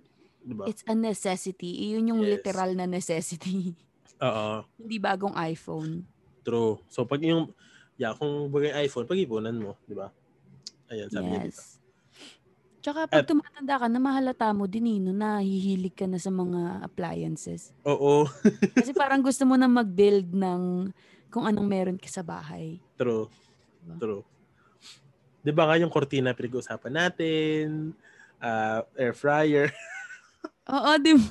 A: di ba?
B: It's a necessity. Yun yung
A: Yes.
B: literal na necessity.
A: Oo,
B: Hindi bagong iPhone.
A: true. So pag yung, yeah, kung bagay iPhone, pag-ipunan mo, di ba? Ayan, sabi niya dito.
B: yes. Tsaka pag
A: At-
B: tumatanda ka, namahalata mo din, Nino, na hihilig ka na sa mga appliances.
A: Oo,
B: Kasi parang gusto mo na mag-build ng kung anong meron ka sa bahay.
A: true.
B: Diba?
A: True. Di ba nga yung cortina pinag-uusapan natin, ah, air fryer,
B: Oo, di ba?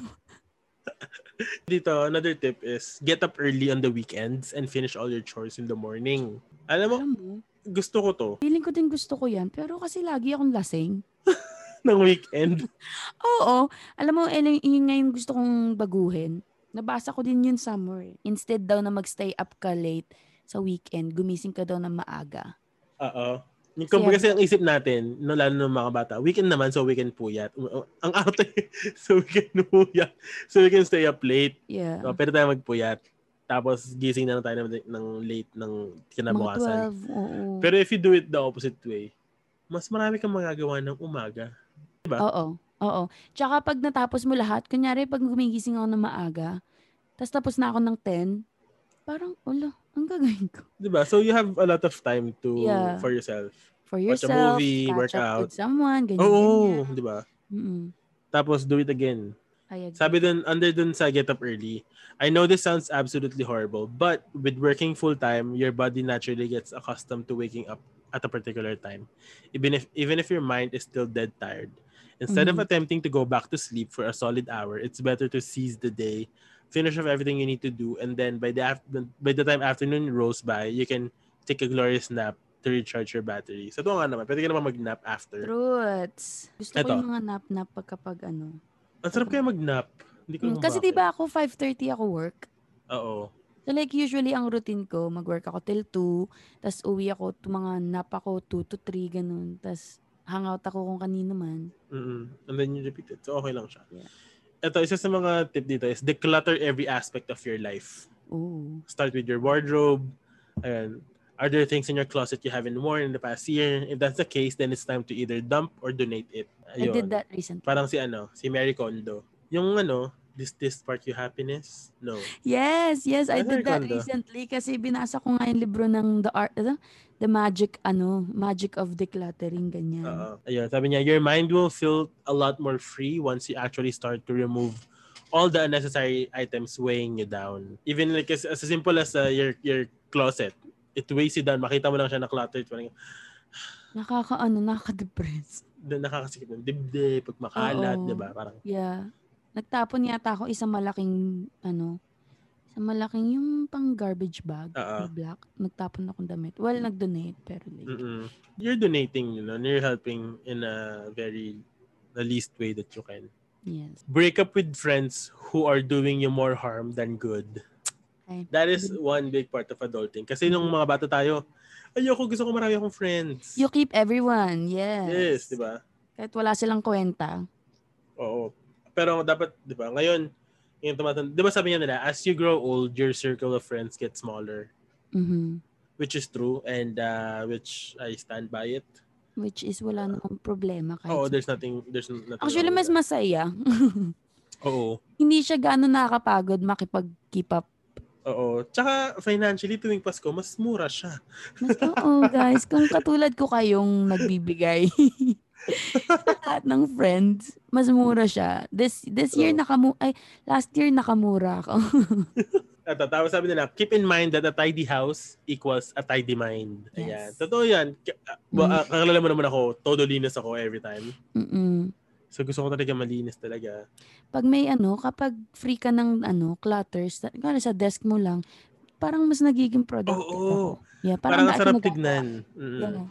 A: Dito, another tip is get up early on the weekends and finish all your chores in the morning. Alam mo,
B: Alam mo,
A: gusto ko to
B: feeling ko din gusto ko yan, pero kasi lagi akong lasing.
A: ng weekend.
B: Oo, alam mo, yun, yun nga yung gusto kong baguhin. Nabasa ko din yun somewhere. eh. Instead daw na magstay up ka late sa weekend, gumising ka daw na maaga.
A: Oo. Yung kumbaga kasi ang isip natin, no, lalo ng mga bata, weekend naman, so weekend puyat. Uh, Ang arte, so weekend puyat. So we can stay up late.
B: Yeah.
A: So, pwede tayo magpuyat. Tapos gising na lang tayo ng, ng late ng
B: Mga
A: kinabukasan.
B: 12, oo.
A: Pero if you do it the opposite way, mas marami kang magagawa ng umaga.
B: oo, oo. Tsaka pag natapos mo lahat, kunyari pag gumigising ako ng maaga, tapos tapos na ako ng 10, parang, ulo, ang gagawin ko?
A: 'Di ba Diba? So you have a lot of time to
B: Yeah.
A: for yourself.
B: For
A: Watch a
B: yourself,
A: movie,
B: catch
A: work
B: up
A: out.
B: with someone, ganyan,
A: Oo, diba?
B: ganyan.
A: di ba?
B: Mm-mm.
A: Tapos do it again.
B: I agree.
A: Sabi dun, under dun sa get up early, I know this sounds absolutely horrible, but with working full time, your body naturally gets accustomed to waking up at a particular time, even if even if your mind is still dead tired. Instead
B: Mhm.
A: of attempting to go back to sleep for a solid hour, it's better to seize the day, finish off everything you need to do, and then by the af- by the time afternoon rolls by, you can take a glorious nap to recharge your battery. So ito nga naman, pwede ka naman mag-nap after.
B: Truths. Gusto ko
A: Eto.
B: yung mga nap-nap pag kapag ano.
A: Ang sarap kaya mag-nap. Hindi ko
B: Mm,
A: alam
B: Kasi
A: bakit.
B: di ba ako 5.30 ako work?
A: Oo.
B: So like usually ang routine ko, mag-work ako till 2, tas uwi ako, t- mga nap ako 2 to 3, ganun. Tas hangout ako kung kanino man.
A: Mm-mm. And then you repeat it. So okay lang siya.
B: Yeah.
A: Ito, isa sa mga tip dito is declutter every aspect of your life.
B: Oo.
A: Start with your wardrobe. Ayan. Are there things in your closet you haven't worn in the past year? If that's the case, then it's time to either dump or donate it.
B: I did
A: Ayun.
B: that recently.
A: Parang si ano, si Mary Kondo. Yung ano, this this part you happiness? No.
B: Yes, yes, I
A: Ano
B: did that
A: recommend?
B: recently kasi binasa ko nga yung libro ng The Art, ano? The Magic, ano, Magic of Decluttering, ganyan.
A: Oo. Uh, Ayun, sabi niya, your mind will feel a lot more free once you actually start to remove all the unnecessary items weighing you down. Even like as, as simple as uh, your your closet, it weighs you down. Makita mo lang siya na cluttered. Parang,
B: Nakakaano, nakaka-depress.
A: Na- Nakakasikip ng dibdib, pag makalat,
B: Oo.
A: di ba? Parang,
B: Yeah. Nagtapon yata ako isang malaking, ano, isang malaking yung pang garbage bag
A: Oo.
B: na black. Nagtapon akong damit. Well, nag-donate, pero like,
A: Ah. mm you're donating, you know, and you're helping in a very, the least way that you can.
B: yes.
A: Break up with friends who are doing you more harm than good.
B: Ay.
A: That is one big part of adulting. Kasi nung mga bata tayo, ayoko, gusto ko marami akong friends.
B: You keep everyone, yes.
A: Yes, diba? di ba?
B: Kahit wala silang kwenta.
A: Oo. Pero dapat, di ba, ngayon, yung tumatanda, di ba sabi niya nila, as you grow old, your circle of friends get smaller.
B: Mhm.
A: Which is true and uh, which I stand by it.
B: Which is wala namang problema kahit.
A: Oo,
B: sa-
A: there's nothing, there's nothing.
B: Actually,
A: wrong
B: mas
A: with
B: masaya.
A: that. Oo.
B: Hindi siya gaano nakakapagod makipag-keep up.
A: Oo. Tsaka financially, tuwing Pasko, mas mura siya.
B: Mas, oo, guys. Kung katulad ko kayong nagbibigay sa lahat ng friends, mas mura siya. This this year
A: True.
B: nakamu ay last year nakamura ako.
A: At tapos sabi nila, keep in mind that a tidy house equals a tidy mind. Ayan.
B: Yes.
A: Totoo yan. K- ah, ba-
B: Mm.
A: ah, Kakalala mo naman ako, todo linis ako every time.
B: Mm-mm.
A: So gusto ko talaga malinis talaga.
B: Pag may ano, kapag free ka ng ano, clutters, sa- kaya sa desk mo lang, parang mas nagiging productive
A: Oo.
B: ako. Yeah,
A: Parang,
B: parang,
A: ang
B: lahat
A: sarap
B: nagagawa.
A: tignan. Mm.
B: Yeah.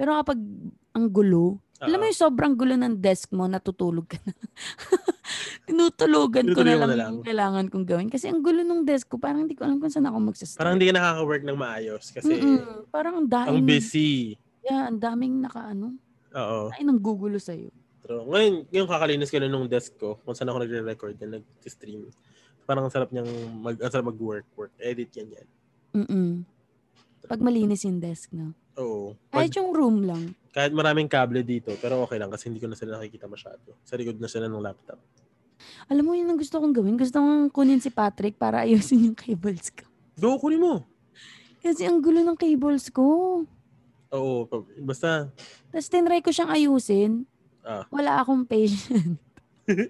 B: Pero kapag ang gulo, alam mo
A: Oo.
B: yung sobrang gulo ng desk mo, natutulog ka na. Tinutulugan ko na
A: Tinutulugan mo
B: lang,
A: na
B: yung kailangan kong gawin. Kasi ang gulo ng desk ko, parang hindi ko alam kung saan ako magsasay.
A: Parang hindi ka nakaka-work ng maayos kasi
B: Mm-mm. Parang ang daming,
A: ang busy.
B: yeah, ang daming nakaano,
A: Oo.
B: ay nang gugulo sa'yo.
A: True. Ngayon, ngayon kakalinis ko na nung desk ko kung saan ako nagre-record na nag-stream. Parang ang sarap niyang mag, ang sarap mag-work, work, edit, yan, yan.
B: Mm-mm. Pag malinis yung desk, no?
A: Oo. Pag,
B: Kahit yung room lang.
A: kahit maraming kable dito, pero okay lang kasi hindi ko na sila nakikita masyado. Sa likod na sila ng laptop.
B: Alam mo yun ang gusto kong gawin? Gusto kong kunin si Patrick para ayusin yung cables ko.
A: Go, kunin mo.
B: Kasi ang gulo ng cables ko.
A: Oo. pa- Basta,
B: Tapos tinry ko siyang ayusin.
A: Ah.
B: Wala akong patient.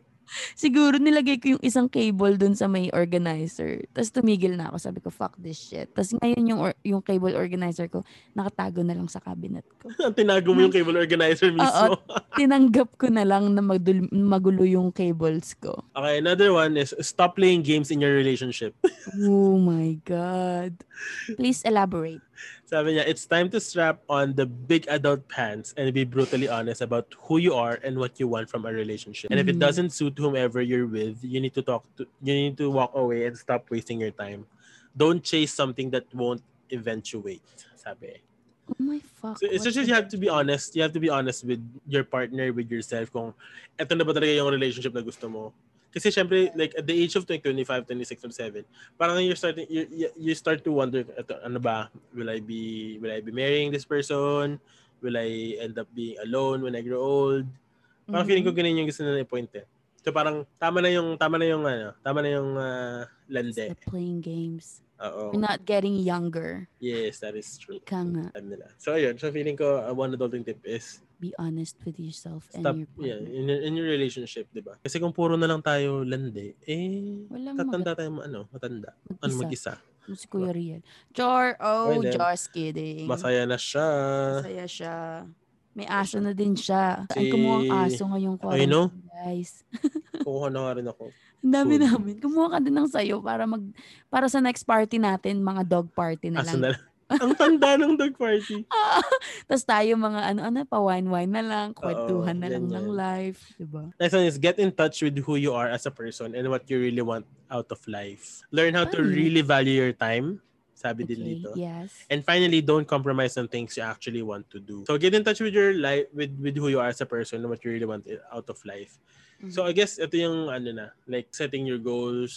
B: Siguro nilagay ko yung isang cable dun sa may organizer. Tapos tumigil na ako. Sabi ko, fuck this shit. Tapos ngayon yung, or- yung cable organizer ko, nakatago na lang sa cabinet ko.
A: tinago mo yung cable organizer mismo.
B: Tinanggap ko na lang na magdul- magulo yung cables ko.
A: okay, another one is stop playing games in your relationship.
B: Oh my God. Please elaborate.
A: Sabi niya, it's time to strap on the big adult pants and be brutally honest about who you are and what you want from a relationship. And if it
B: Mhm.
A: doesn't suit whomever you're with, you need to talk to you need to walk away and stop wasting your time. Don't chase something that won't eventuate. Sabi.
B: Oh my fuck.
A: So it's
B: what
A: just
B: the-
A: you have to be honest. You have to be honest with your partner, with yourself kung eto na ba talaga yung relationship na gusto mo. Kasi syempre, like at the age of 20, 25, 26, 27, parang you're starting, you, you, you start to wonder, eto, ano ba, will I be, will I be marrying this person? Will I end up being alone when I grow old? Parang feeling
B: Mm-hmm.
A: ko ganun yung gusto na point eh. So parang tama na yung, tama na yung, ano, tama na yung ah, lande.
B: Stop playing games.
A: Oo.
B: We're not getting younger.
A: Yes, that is true.
B: Ika nga.
A: Alam nila. So ayun, so feeling ko, ah, one adulting tip is,
B: Be honest with yourself and
A: stop
B: your
A: yeah,
B: partner.
A: in, your- in your relationship, di ba? Kasi kung puro na lang tayo landi, eh,
B: Walang
A: tatanda tayo, ma- ano, matanda. Ano,
B: mag-isa.
A: mag-isa.
B: Yung Si Kuya Riel. Char, oh,
A: Pwede.
B: just kidding.
A: Masaya na siya.
B: Masaya siya. May aso na din siya. Ay,
A: Si-
B: kumuha ang aso ngayong
A: Ay,
B: quarantine,
A: no?
B: guys.
A: Kukuha na nga rin ako.
B: Ang dami
A: Cool.
B: namin. Kumuha ka din ng sayo para mag para sa next party natin, mga dog party na
A: Aso
B: lang.
A: na lang. Ang tanda ng dog party.
B: Tapos tayo mga ano ano pa wine wine na lang, kwentuhan na lang ng
A: ganyan.
B: life, 'di ba?
A: Next one is get in touch with who you are as a person and what you really want out of life. Learn how to
B: Ay.
A: really value your time. Sabi din
B: Okay,
A: dito.
B: yes.
A: And finally, don't compromise on things you actually want to do. So get in touch with your life, with, with who you are as a person and what you really want i- out of life.
B: Mm-hmm.
A: So I guess ito yung ano na, like setting your goals,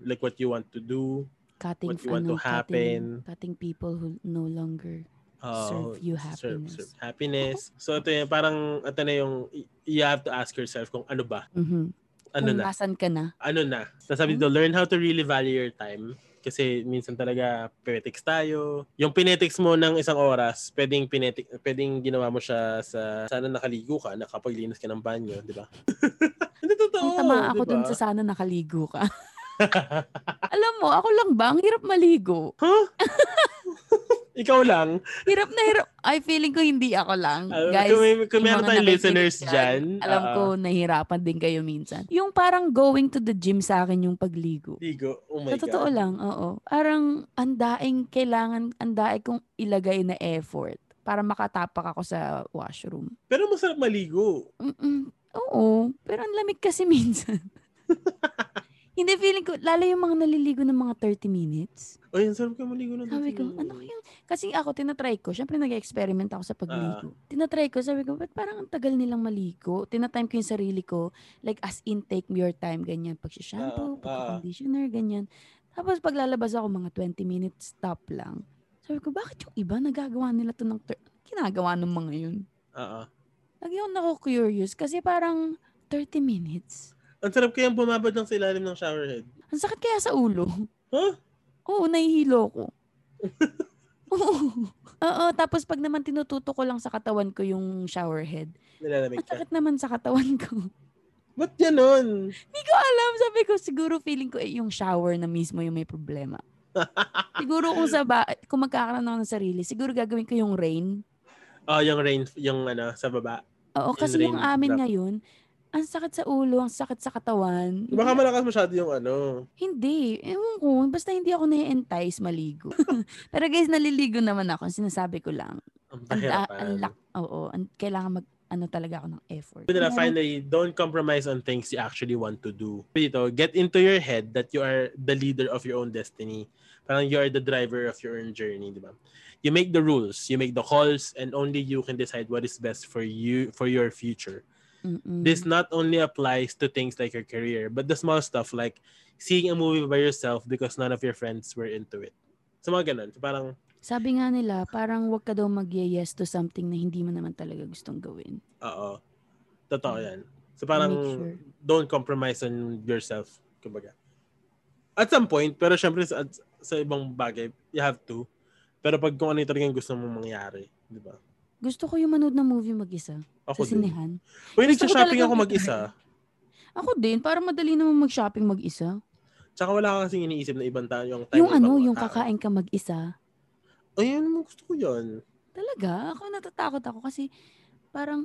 A: like what you want to do,
B: cutting
A: what you want to
B: ano,
A: happen.
B: Cutting, cutting people who no longer.
A: uh,
B: Serve you
A: serve-
B: happiness.
A: serve happiness. So ito yung parang ito na yung y- you have to ask yourself kung ano ba?
B: Mhm.
A: Ano
B: Kung
A: na?
B: nasan ka na.
A: Ano na? Nasabi
B: Hmm.
A: dito, learn how to really value your time. Kasi minsan talaga pinetics tayo. Yung pinetics mo ng isang oras, pwedeng pinetik, pwedeng ginawa mo siya sa sana nakaligo ka, nakapaglinis ka ng banyo, di ba? Hindi totoo.
B: Ang tama ako
A: di
B: dun
A: ba?
B: sa sana nakaligo ka. Alam mo, ako lang ba? Ang hirap maligo.
A: Huh? Ikaw lang.
B: Hirap na hirap. Ay, feeling ko hindi ako lang.
A: Alam,
B: Guys,
A: kung, may, kung
B: yung
A: meron tayong
B: mga nakikinig
A: listeners dyan, ah,
B: alam
A: oo.
B: ko nahihirapan din kayo minsan. Yung parang going to the gym sa akin yung pagligo.
A: Ligo. Oh my
B: Sa totoo
A: God.
B: lang, oo. Parang ang daing kailangan, ang daing kong ilagay na effort para makatapak ako sa washroom.
A: Pero masarap maligo.
B: Mm-mm. Oo, pero ang lamig kasi minsan. Hindi feeling ko, lalo yung mga naliligo ng mga 30 minutes.
A: O yun, sarap kayo maligo na
B: Sabi ko, ano kaya? Kasi ako, tinatry ko. Siyempre, nag-experiment ako
A: Ah.
B: sa pagligo. tinatry ko, sabi ko, ba't parang ang tagal nilang maligo? Tinatime ko yung sarili ko. Like, as in, take your time, ganyan.
A: Ah,
B: Pag-shampoo,
A: ah.
B: pag-conditioner, ganyan. Tapos, paglalabas ako, mga 20 minutes stop lang. Sabi ko, bakit yung iba nagagawa nila to ng... Ter- kinagawa ng mga yun?
A: Oo.
B: Lagi akong nako-curious kasi parang 30 minutes.
A: Ang sarap kayang bumabad lang sa ilalim ng showerhead.
B: Ang sakit kaya sa ulo.
A: Huh?
B: Oo, nahihilo ko. Oo. Oo, tapos pag naman tinututo ko lang sa katawan ko yung shower head,
A: Nilalamig
B: ang
A: ka.
B: sakit naman sa katawan ko.
A: Ba't ganun?
B: Hindi ko alam. Sabi ko, siguro feeling ko eh, yung shower na mismo yung may problema. siguro kung sa ba, kung magkakaroon ako ng sarili, siguro gagawin ko yung rain.
A: Oh, yung rain, yung ano, sa baba. Yung
B: Oo, kasi yung
A: rain
B: amin
A: drop.
B: ngayon, ang sakit sa ulo, ang sakit sa katawan.
A: Baka malakas masyado yung ano.
B: Hindi. Ewan ko. Basta hindi ako na-entice maligo. Pero guys, naliligo naman ako. Sinasabi ko lang.
A: Ang
B: Ang, da-
A: pahirapan.
B: ang lak- Oo. Ang, kailangan mag, ano talaga ako ng effort.
A: Sabi nila,
B: Meron-
A: finally, don't compromise on things you actually want to do. Dito, get into your head that you are the leader of your own destiny. Parang you are the driver of your own journey, di ba? You make the rules, you make the calls, and only you can decide what is best for you, for your future.
B: Mm-mm.
A: This not only applies to things like your career, but the small stuff like seeing a movie by yourself because none of your friends were into it. So mga ganun. So, parang,
B: Sabi nga nila, parang wag ka daw mag-yes to something na hindi mo naman talaga gustong gawin.
A: oo. Totoo yan. So parang,
B: Hmm. Make sure.
A: don't compromise on yourself, kumbaga. At some point, pero syempre sa, at- sa ibang bagay, you have to. Pero pag kung ano yung talagang gusto mong mangyari, di ba?
B: Gusto ko yung manood ng movie mag-isa
A: Ako
B: sa
A: din.
B: sinehan.
A: Uy,
B: Gusto ko
A: nagsha-shopping
B: talagang
A: ako mag-isa.
B: Ako din, para madali naman mag-shopping mag-isa.
A: Tsaka wala ka kasing iniisip na ibang tao. Yung, time
B: Yung
A: ng ibang
B: ano,
A: mga
B: yung
A: tao.
B: kakain ka mag-isa.
A: Ayun, ano gusto ko yun.
B: Talaga? Ako natatakot ako kasi parang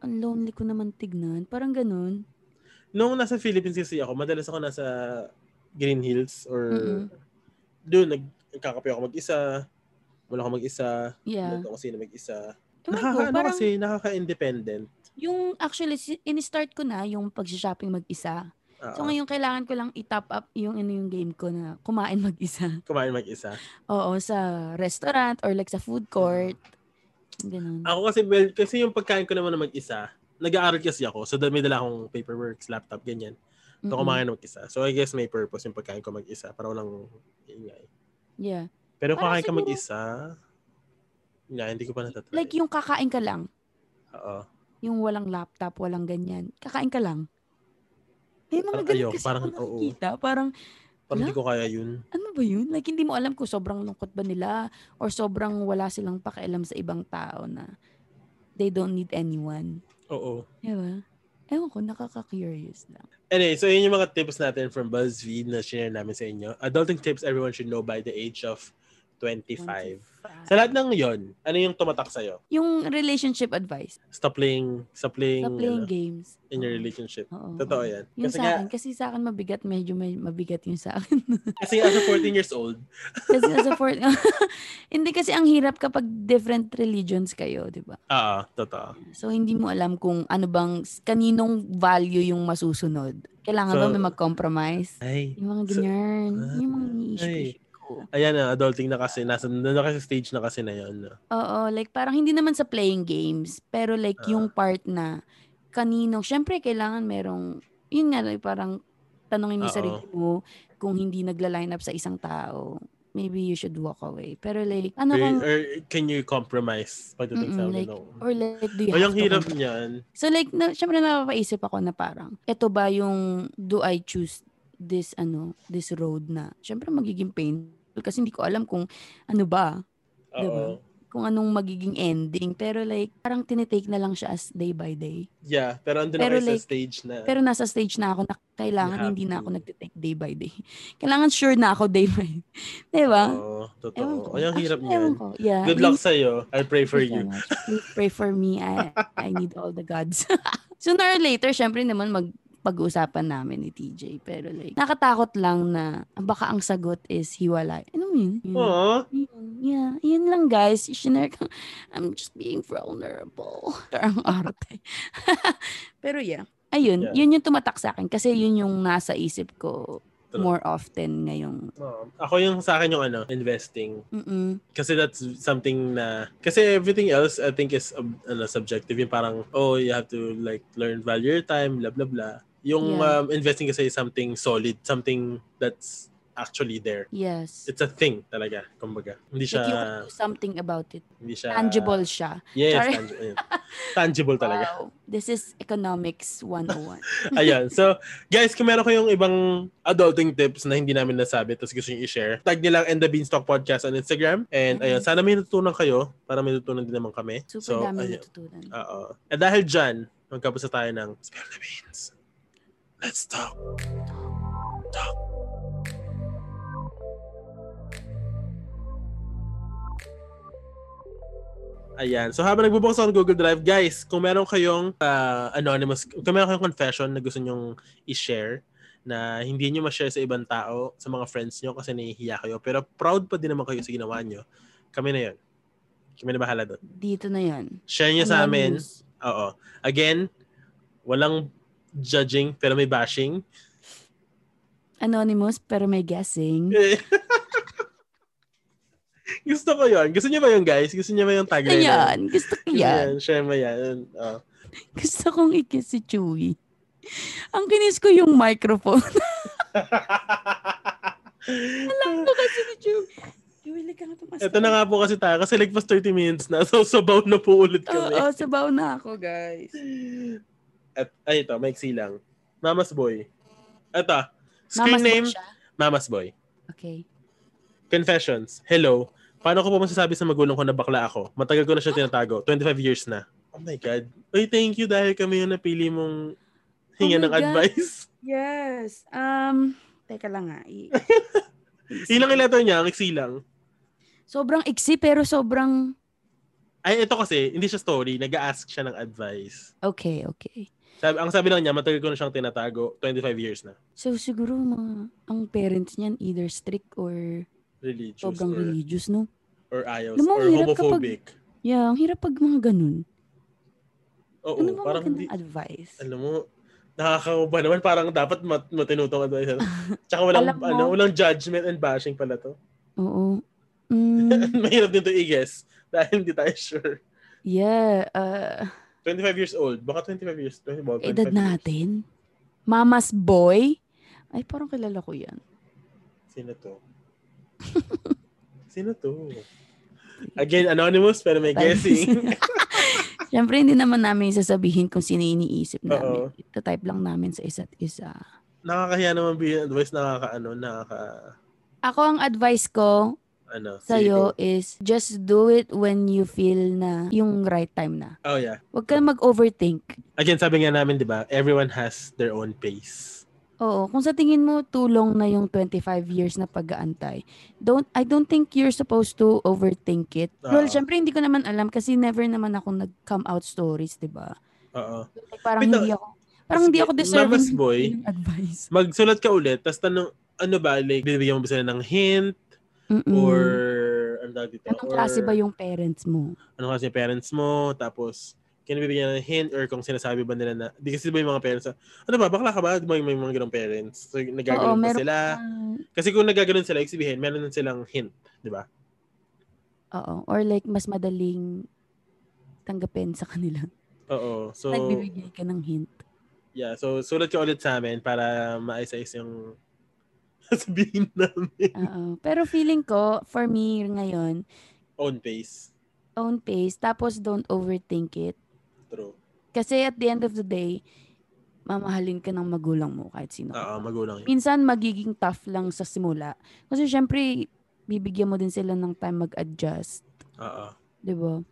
B: ang lonely ko naman tignan. Parang ganun.
A: Nung nasa Philippines kasi ako, madalas ako nasa Green Hills or
B: Mm-mm.
A: doon, nag, nagkakape ako mag-isa. Wala ako mag-isa.
B: Yeah.
A: Wala ako sino mag-isa.
B: Ewan ko,
A: Nakaka, ano
B: parang
A: kasi, nakaka-independent.
B: yung actually, si- in-start ko na yung pag-shopping mag-isa.
A: Oo,
B: So ngayon kailangan ko lang i-top up yung ano yung game ko na kumain mag-isa.
A: kumain mag-isa.
B: Oo, sa restaurant or like sa food court. Ganun.
A: Ako kasi, well, kasi yung pagkain ko naman na mag-isa, nag-aaral kasi ako. So, dal- may dala akong paperwork, laptop, ganyan. Ah, So,
B: Mm-mm.
A: kumain na mag-isa. So, I guess may purpose yung pagkain ko mag-isa. Para walang ingay.
B: Yeah.
A: Pero kung
B: Parang
A: kakain ka
B: siguro-
A: mag-isa, yun nga, hindi ko pa natatry.
B: Like yung kakain ka lang.
A: Oo.
B: Yung walang laptop, walang ganyan. Kakain ka lang. May mga
A: Parang
B: ganun
A: ayoko,
B: kasi
A: parang
B: parang,
A: oo.
B: nakikita. Parang
A: Parang
B: Wala?
A: hindi ko kaya yun.
B: ano ba yun? Like, hindi mo alam kung sobrang lungkot ba nila or sobrang wala silang pakialam sa ibang tao na they don't need anyone.
A: Oo.
B: Diba? Ewan ko, nakaka-curious lang.
A: Anyway, so yun yung mga tips natin from BuzzFeed na share namin sa inyo. Adulting tips everyone should know by the age of 25. Sa lahat ng yon, ano yung tumatak sa'yo?
B: Yung relationship advice
A: Stop playing, stop playing,
B: sa playing
A: ano,
B: games.
A: in your
B: Oo.
A: relationship.
B: Oo.
A: Totoo yan.
B: Yung
A: Kasi
B: sa
A: nga,
B: akin, kasi sa akin mabigat, medyo may, mabigat yung sa akin.
A: Kasi as a 14 years old,
B: kasi as a fourth, hindi kasi ang hirap kapag different religions kayo, di ba?
A: ah, totoo.
B: So, hindi mo alam kung ano bang, kaninong value yung masusunod. Kailangan ba
A: So-
B: may mag-compromise?
A: Ay.
B: Yung mga
A: So-
B: ganyan.
A: Ah,
B: yung mga
A: ay.
B: issue ko.
A: Ayan na, adulting na kasi. Nasa, nasa stage na kasi na yun. no?
B: Oo, like parang hindi naman sa playing games, pero like
A: Ah.
B: yung part na kanino, syempre kailangan merong, yun nga, like, parang tanongin mo
A: Oo.
B: sarili mo kung hindi nagla-line up sa isang tao, maybe you should walk away. Pero like, ano
A: Or,
B: kung,
A: or can you compromise? Pagdating sa
B: Mm-mm,
A: like,
B: like, or like, do
A: Ay,
B: you
A: ang
B: have to
A: hirap niyan.
B: So like, na, syempre napapaisip ako na parang, eto ba yung, do I choose this, ano, this road na, syempre magiging painful kasi hindi ko alam kung ano ba, Diba?
A: Oo.
B: kung anong magiging ending. Pero like, parang tinitake na lang siya as day by day.
A: Yeah, pero andun na
B: Pero
A: kayo sa
B: like-
A: stage na.
B: Pero nasa stage na ako na kailangan
A: You have
B: hindi na
A: to.
B: ako nagtitake day by day. Kailangan sure na ako day by day. Di ba?
A: Oo,
B: Ewan
A: totoo.
B: ko.
A: Ay, ang hirap
B: Actually, ewan
A: niyan.
B: ko. Yeah.
A: Good luck sa'yo. I pray for you.
B: Thank so much. Please pray for me. I, I need all the gods. Sooner or later, syempre naman mag pag-uusapan namin ni TJ. Pero like, nakatakot lang na baka ang sagot is hiwalay. Ano yun? Yun.
A: Oo.
B: Yun. Yeah. Yun lang guys. Shinare ko. I'm just being vulnerable. Ang arte. Pero yeah. Ayun.
A: Yeah.
B: Yun yung tumatak sa akin. Kasi yun yung nasa isip ko
A: True.
B: more often ngayong.
A: Oo. Ako yung sa akin yung ano, investing.
B: Mm-mm.
A: Kasi that's something na, kasi everything else I think is um, ano, subjective. Yung parang, oh, you have to like learn value your time, blah, blah, blah. Yung
B: Yeah.
A: um, investing kasi is something solid, something that's actually there.
B: Yes.
A: It's a thing talaga, kumbaga. Hindi siya,
B: Like you can do something about it.
A: hindi siya,
B: Tangible siya.
A: Yes,
B: Sorry.
A: tangible. ayun. tangible talaga.
B: Wow. This is economics 101.
A: Ayan. So, guys, kung meron kayong ibang adulting tips na hindi namin nasabi tapos gusto nyo i-share, tag nyo lang and the Beanstalk Podcast on Instagram. And
B: Mhm.
A: ayun, sana may natutunan kayo para may natutunan din naman kami.
B: Super
A: so,
B: dami
A: ayun.
B: natutunan.
A: Oo. At dahil dyan, magkapos na tayo ng Spill the Beans. Let's talk. Ayan. So habang nagbubukas ako ng Google Drive, guys, kung meron kayong ah, anonymous, kung meron kayong confession na gusto nyong i-share, na hindi nyo ma-share sa ibang tao, sa mga friends nyo kasi nahihiya kayo, pero proud pa din naman kayo sa ginawa nyo, kami na yun. Kami na bahala doon.
B: Dito na yun.
A: Share nyo sa amin.
B: Anonymous.
A: Oo. Again, walang judging pero may bashing.
B: Anonymous, pero may guessing.
A: Gusto ko yon. Gusto niyo ba yun, guys? Gusto niyo ba yung tagline?
B: Ayan. Gusto ko
A: Gusto niyo
B: yan.
A: yun? Share mo yan. Oo.
B: Gusto kong ikiss si Chewy. Ang kinis ko yung microphone. Ano kasi si Chewy? Chewy, lika nga tumas.
A: Ito na nga po kasi tayo. Kasi like past 30 minutes na. So, sabaw na po ulit
B: Oo,
A: kami.
B: sabaw na ako, guys.
A: At, ay, ito. Maiksi lang. Mama's Boy. Ito. Screen
B: Mamas mo
A: name,
B: siya?
A: Mama's Boy.
B: Okay.
A: Confessions. Hello. Paano ko pa masasabi sa magulang ko na bakla ako? Matagal ko na siya tinatago. 25 years na. Oh my God. Uy, thank you dahil kami yung napili mong hinga
B: Oh my
A: ng
B: God.
A: advice.
B: Yes. Um, teka lang nga. I-
A: Ilang letter niya, ang iksi lang.
B: Sobrang iksi, pero sobrang...
A: Ay, ito kasi, hindi siya story. Nag-ask siya ng advice.
B: Okay, okay.
A: Sabi, ang sabi lang niya, matagal ko na siyang tinatago. 25 years na.
B: So siguro mga ang parents niyan either strict or
A: Religious.
B: sobrang
A: or,
B: religious, no?
A: or ayos.
B: Alam mo,
A: Or
B: ang hirap kapag-
A: homophobic.
B: Yeah, ang hirap pag mga ganun.
A: Oo,
B: Ano ba
A: parang
B: magandang
A: hindi.
B: advice?
A: Alam mo, nakakawa ba naman? Parang dapat mat- matinutong advice. Tsaka walang,
B: Alam mo-
A: ano, walang judgment and bashing pala to.
B: Oo. Mm,
A: Mahirap din to i-guess dahil hindi tayo sure.
B: yeah, uh,
A: 25 years old. Baka 25 years. 20, well, 25 years.
B: edad natin. Mama's boy? Ay, parang kilala ko yan.
A: Sino to? Sino to? Again, anonymous pero may guessing.
B: Siyempre, hindi naman namin sasabihin kung sino iniisip
A: Oo.
B: namin. Itatype lang namin sa isa't isa.
A: Nakakahiya naman bigyan advice. Nakaka, ano, nakaka,
B: Ako ang advice ko
A: ano.
B: sa'yo is just do it when you feel na yung right time na.
A: sige. Oh, yeah.
B: Huwag kang mag-overthink.
A: Again, sabi nga namin, di ba, everyone has their own pace.
B: Oo, kung sa tingin mo tulong na yung 25 years na pag-aantay, don't, I don't think you're supposed to overthink it. Well,
A: Oo.
B: syempre hindi ko naman alam kasi never naman ako nag-come out stories, di ba?
A: Oo.
B: Like, parang
A: Wait,
B: hindi ako, parang hindi
A: Sige,
B: ako deserving
A: Mama's boy.
B: ng advice.
A: Magsulat ka ulit, tapos tanong, ano ba, like, bibigyan mo ba sila ng hint?
B: Mm-mm.
A: Or, ano tawag dito?
B: Mm. Anong
A: Or-
B: klase ba yung parents mo?
A: ano kasi parents mo, tapos kinabibigyan ng hint or kung sinasabi ba nila na, di kasi ba yung mga parents, ano ba, bakla ka ba? Di ba yung may mga ganong parents? So, nagaganon
B: Oo,
A: ba
B: meron
A: sila?
B: Ah,
A: Kasi kung nagaganon sila, ibig sabihin, meron na silang hint, di ba?
B: oo, or like mas madaling tanggapin sa kanila.
A: Oo. So,
B: Nagbibigay ka ng hint.
A: yeah. So, sulat ka ulit sa amin para maayos-ayos yung sabihin namin.
B: Oo. Pero feeling ko, for me ngayon,
A: On pace.
B: own pace, tapos don't overthink it.
A: True.
B: Kasi at the end of the day, mamahalin ka ng magulang mo kahit sino. ka
A: Oo,
B: pa.
A: magulang yun.
B: Minsan magiging tough lang sa simula. Kasi syempre, bibigyan mo din sila ng time mag-adjust.
A: Oo.
B: 'di ba?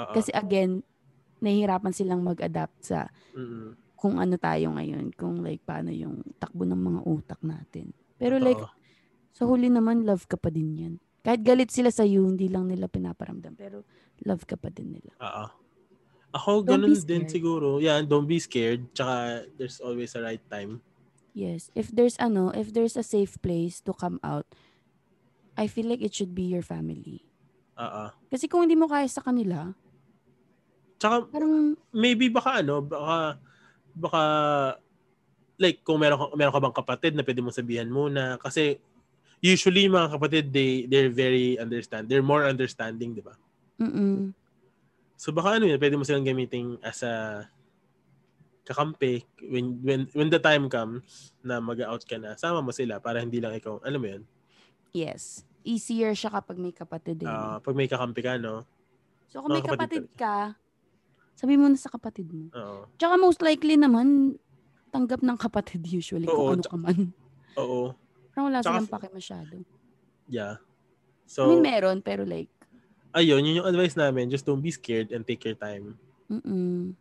A: Oo.
B: Kasi again, nahihirapan silang mag-adapt sa
A: Mm-mm.
B: kung ano tayo ngayon, kung like paano yung takbo ng mga utak natin. Pero like
A: Totoo.
B: sa huli naman love ka pa din 'yan. Kahit galit sila sa iyo, hindi lang nila pinaparamdam, pero love ka pa din nila.
A: Oo. Ako,
B: Don't
A: ganun
B: be
A: din
B: scared.
A: siguro. Yeah, don't be scared. Tsaka, there's always a right time.
B: Yes, if there's ano, if there's a safe place to come out, I feel like it should be your family.
A: Oo.
B: Kasi kung hindi mo kaya sa kanila,
A: Tsaka,
B: parang
A: maybe baka ano, baka, baka, like, kung meron ka, meron ka bang kapatid na pwede mong sabihan muna. Kasi, usually, mga kapatid, they, they're very understand. They're more understanding, di ba?
B: mm
A: So baka ano yun, pwede mo silang gamitin as a kakampi when when when the time comes na mag-out ka na, sama mo sila para hindi lang ikaw, alam mo yun,
B: Yes. Easier siya kapag may kapatid din.
A: ah, pag may kakampi ka, no?
B: so kung may
A: mga kapatid
B: kapatid ka, sabi mo na sa kapatid mo.
A: Oo.
B: Tsaka most likely naman, tanggap ng kapatid usually
A: Oo,
B: kung ano ka man.
A: Oo.
B: Parang wala
A: tsaka-
B: silang pake masyado.
A: Yeah.
B: I mean,
A: So,
B: meron, pero like,
A: ayun, yun yung advice namin. Just don't be scared and take your time.
B: mm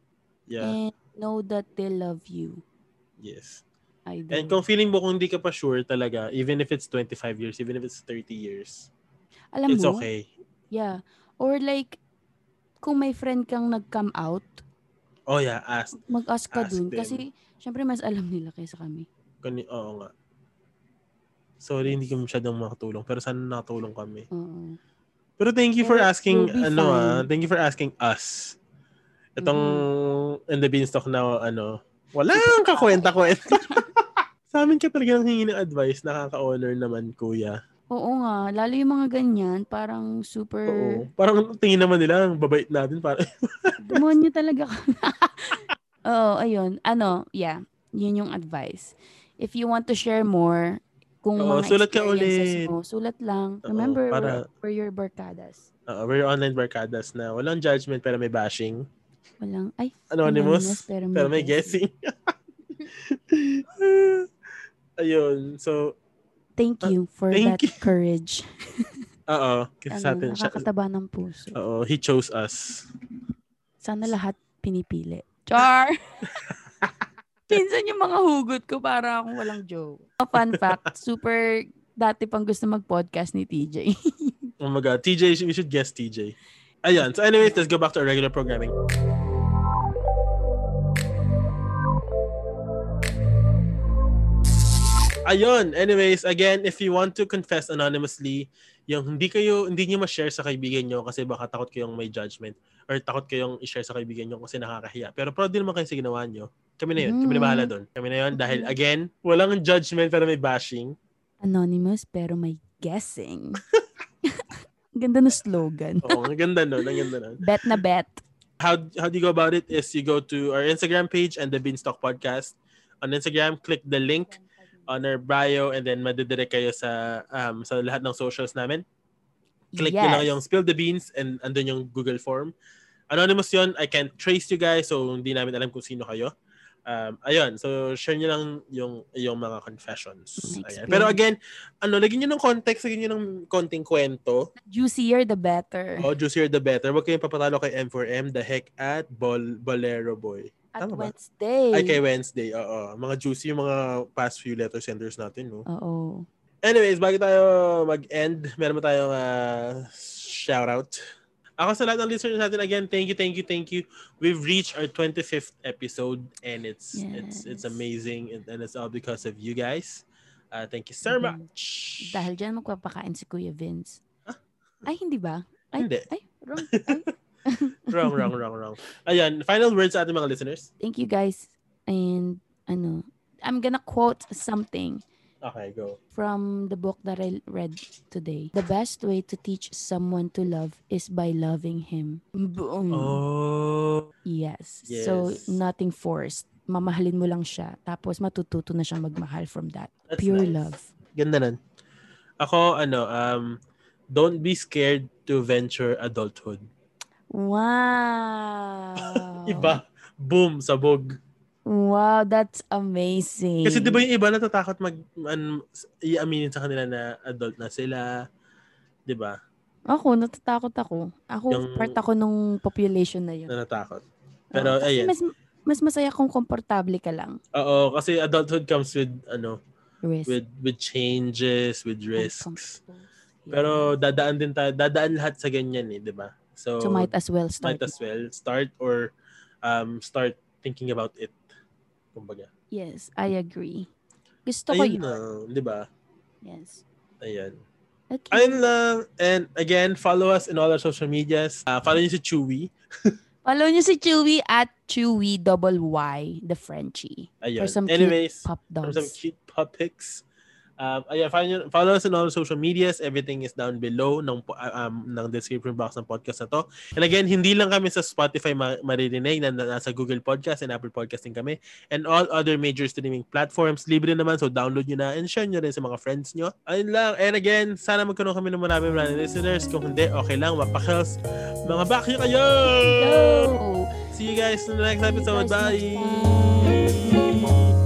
A: Yeah.
B: And know that they love you.
A: Yes.
B: I do.
A: And kung feeling mo kung hindi ka pa sure talaga, even if it's 25 years, even if it's 30 years,
B: Alam
A: it's
B: mo?
A: okay.
B: Yeah. Or like, kung may friend kang nag-come out,
A: Oh yeah, ask.
B: mag-ask ka
A: Ask
B: dun.
A: them.
B: Kasi, syempre, mas alam nila kaysa kami.
A: Kani- Oo nga. Sorry, hindi ko masyadong makatulong. Pero sana nakatulong kami.
B: Oo.
A: Pero thank you for
B: Pero
A: asking
B: you'll be
A: ano ah,
B: fine.
A: thank you for asking us. Itong
B: Mm-hmm.
A: in the beanstalk na ano, walang kakwenta-kwenta. Sa amin ka talaga nang hingi ng advice, nakaka-honor naman kuya.
B: Oo nga. Lalo yung mga ganyan, parang super...
A: Oo. Parang tingin naman nila, ang babait natin para
B: Demonyo talaga ka. Oo, ayun. Ano, yeah. Yun yung advice. If you want to share more, kung
A: Oo,
B: mga
A: sulat ka
B: experiences
A: ulit.
B: mo, sulat lang.
A: Oo,
B: Remember,
A: para-
B: we're, we're your barkadas.
A: Oo, we're online barkadas na walang judgment pero may bashing.
B: Walang, ay,
A: Anonymous,
B: anonymous, pero may,
A: pero may guessing. Ayun. So,
B: Thank you for
A: Ah, thank
B: that courage.
A: oo. Kasi sa
B: Ano,
A: atin, siya,
B: nakakataba ng puso.
A: oo, he chose us.
B: Sana lahat pinipili. Char! Pinsan yung mga hugot ko para akong walang joke. A fun fact, super dati pang gusto mag-podcast ni TJ.
A: Oh my God. TJ, we should guess TJ. Ayan. So anyways, let's go back to our regular programming. Ayun. Anyways, again, if you want to confess anonymously, yung hindi kayo, hindi niyo ma-share sa kaibigan nyo kasi baka takot kayong may judgment or takot kayong i-share sa kaibigan nyo kasi nakakahiya. Pero proud din naman kayo sa ginawa nyo. Kami na yun. Kami na bahala doon. Kami na yun dahil, again, walang judgment pero may bashing.
B: Anonymous pero may guessing. Ganda na slogan.
A: Oo, ang ganda nun. Ang ganda nun.
B: Bet na bet.
A: how how do you go about it is you go to our Instagram page and the Beanstalk podcast on Instagram click the link on our bio and then madidirect kayo sa um, sa lahat ng socials namin click nyo lang yung spill the beans and andun yung Google form anonymous yun I can't trace you guys so hindi namin alam kung sino kayo um, ayun so share nyo lang yung yung mga confessions
B: Mga
A: Ayan. pero again ano lagyan nyo ng context lagyan nyo ng konting kwento
B: The juicier, the better.
A: Oh, juicier the better. Huwag kayong papatalo kay M4M, The Heck at Bol Bolero Boy.
B: At
A: tama ba?
B: Wednesday.
A: Ay, kay Wednesday. Oo. Mga juicy yung mga past few letter senders natin, no?
B: Oo.
A: Anyways, bago tayo mag-end, meron mo tayong ah, shoutout. Ako sa lahat ng listeners natin, again, thank you, thank you, thank you. We've reached our 25th episode and it's it's it's
B: Yes.
A: amazing and, and it's all because of you guys. Uh, thank you so
B: Mhm.
A: much.
B: Dahil dyan magpapakain si Kuya Vince. Ay, hindi ba?
A: Ah.
B: Ay,
A: Hindi.
B: ay, wrong. Ay.
A: Wrong, wrong, wrong, wrong. Ayan, final words sa ating mga listeners.
B: Thank you guys. And ano, I'm gonna quote something
A: Okay, go.
B: from the book that I read today. The best way to teach someone to love is by loving him. Boom.
A: Oh.
B: Yes. So,
A: Yes.
B: nothing forced. Mamahalin mo lang siya. Tapos, matututo na siyang magmahal from that.
A: That's
B: Pure
A: nice.
B: love.
A: Ganda nun. Ako, ano, um, don't be scared to venture adulthood.
B: Wow!
A: Iba. Boom, sabog.
B: Wow, that's amazing.
A: Kasi diba di ba yung iba natatakot mag, an, i-aminin sa kanila na adult na sila. Di ba?
B: Ako, natatakot ako. Ako,
A: Yung-
B: part ako nung population na yun.
A: na natakot. Pero,
B: Oo, kasi
A: ayan.
B: Mas, mas masaya kung komportable ka lang.
A: Oo, kasi adulthood comes with, ano,
B: Risk.
A: with with changes, with risks.
B: Yeah.
A: Pero dadaan din tayo, dadaan lahat sa ganyan eh, 'di ba? So,
B: so, might as well start.
A: might as well start or um start thinking about it. Kumbaga.
B: Yes, I agree. Gusto ko
A: Ayun
B: yun.
A: lang, 'di ba?
B: Yes.
A: Ayan.
B: Okay.
A: Ayun lang. And again, follow us in all our social medias. Ah, follow niyo si Chewy.
B: Follow niyo si Chewy at Chewy double Y, the Frenchie.
A: Ayun.
B: For some cute
A: Anyways,
B: Pop
A: for some
B: dogs.
A: cute pop pics. Um, ayan, follow, nyo- follow us on all social medias. Everything is down below ng, po- um, ng description box ng podcast na to. And again, hindi lang kami sa Spotify ma- maririnig na na- nasa Google Podcast and Apple Podcasting kami. And all other major streaming platforms. Libre naman, so download nyo na and share nyo rin sa mga friends nyo. Ayun lang. And again, sana magkaroon kami ng maraming maraming listeners. Kung hindi, okay lang. Mapakils. Mga bakyo kayo!
B: Go!
A: See you guys in the next episode.
B: See you guys
A: Bye!
B: next time.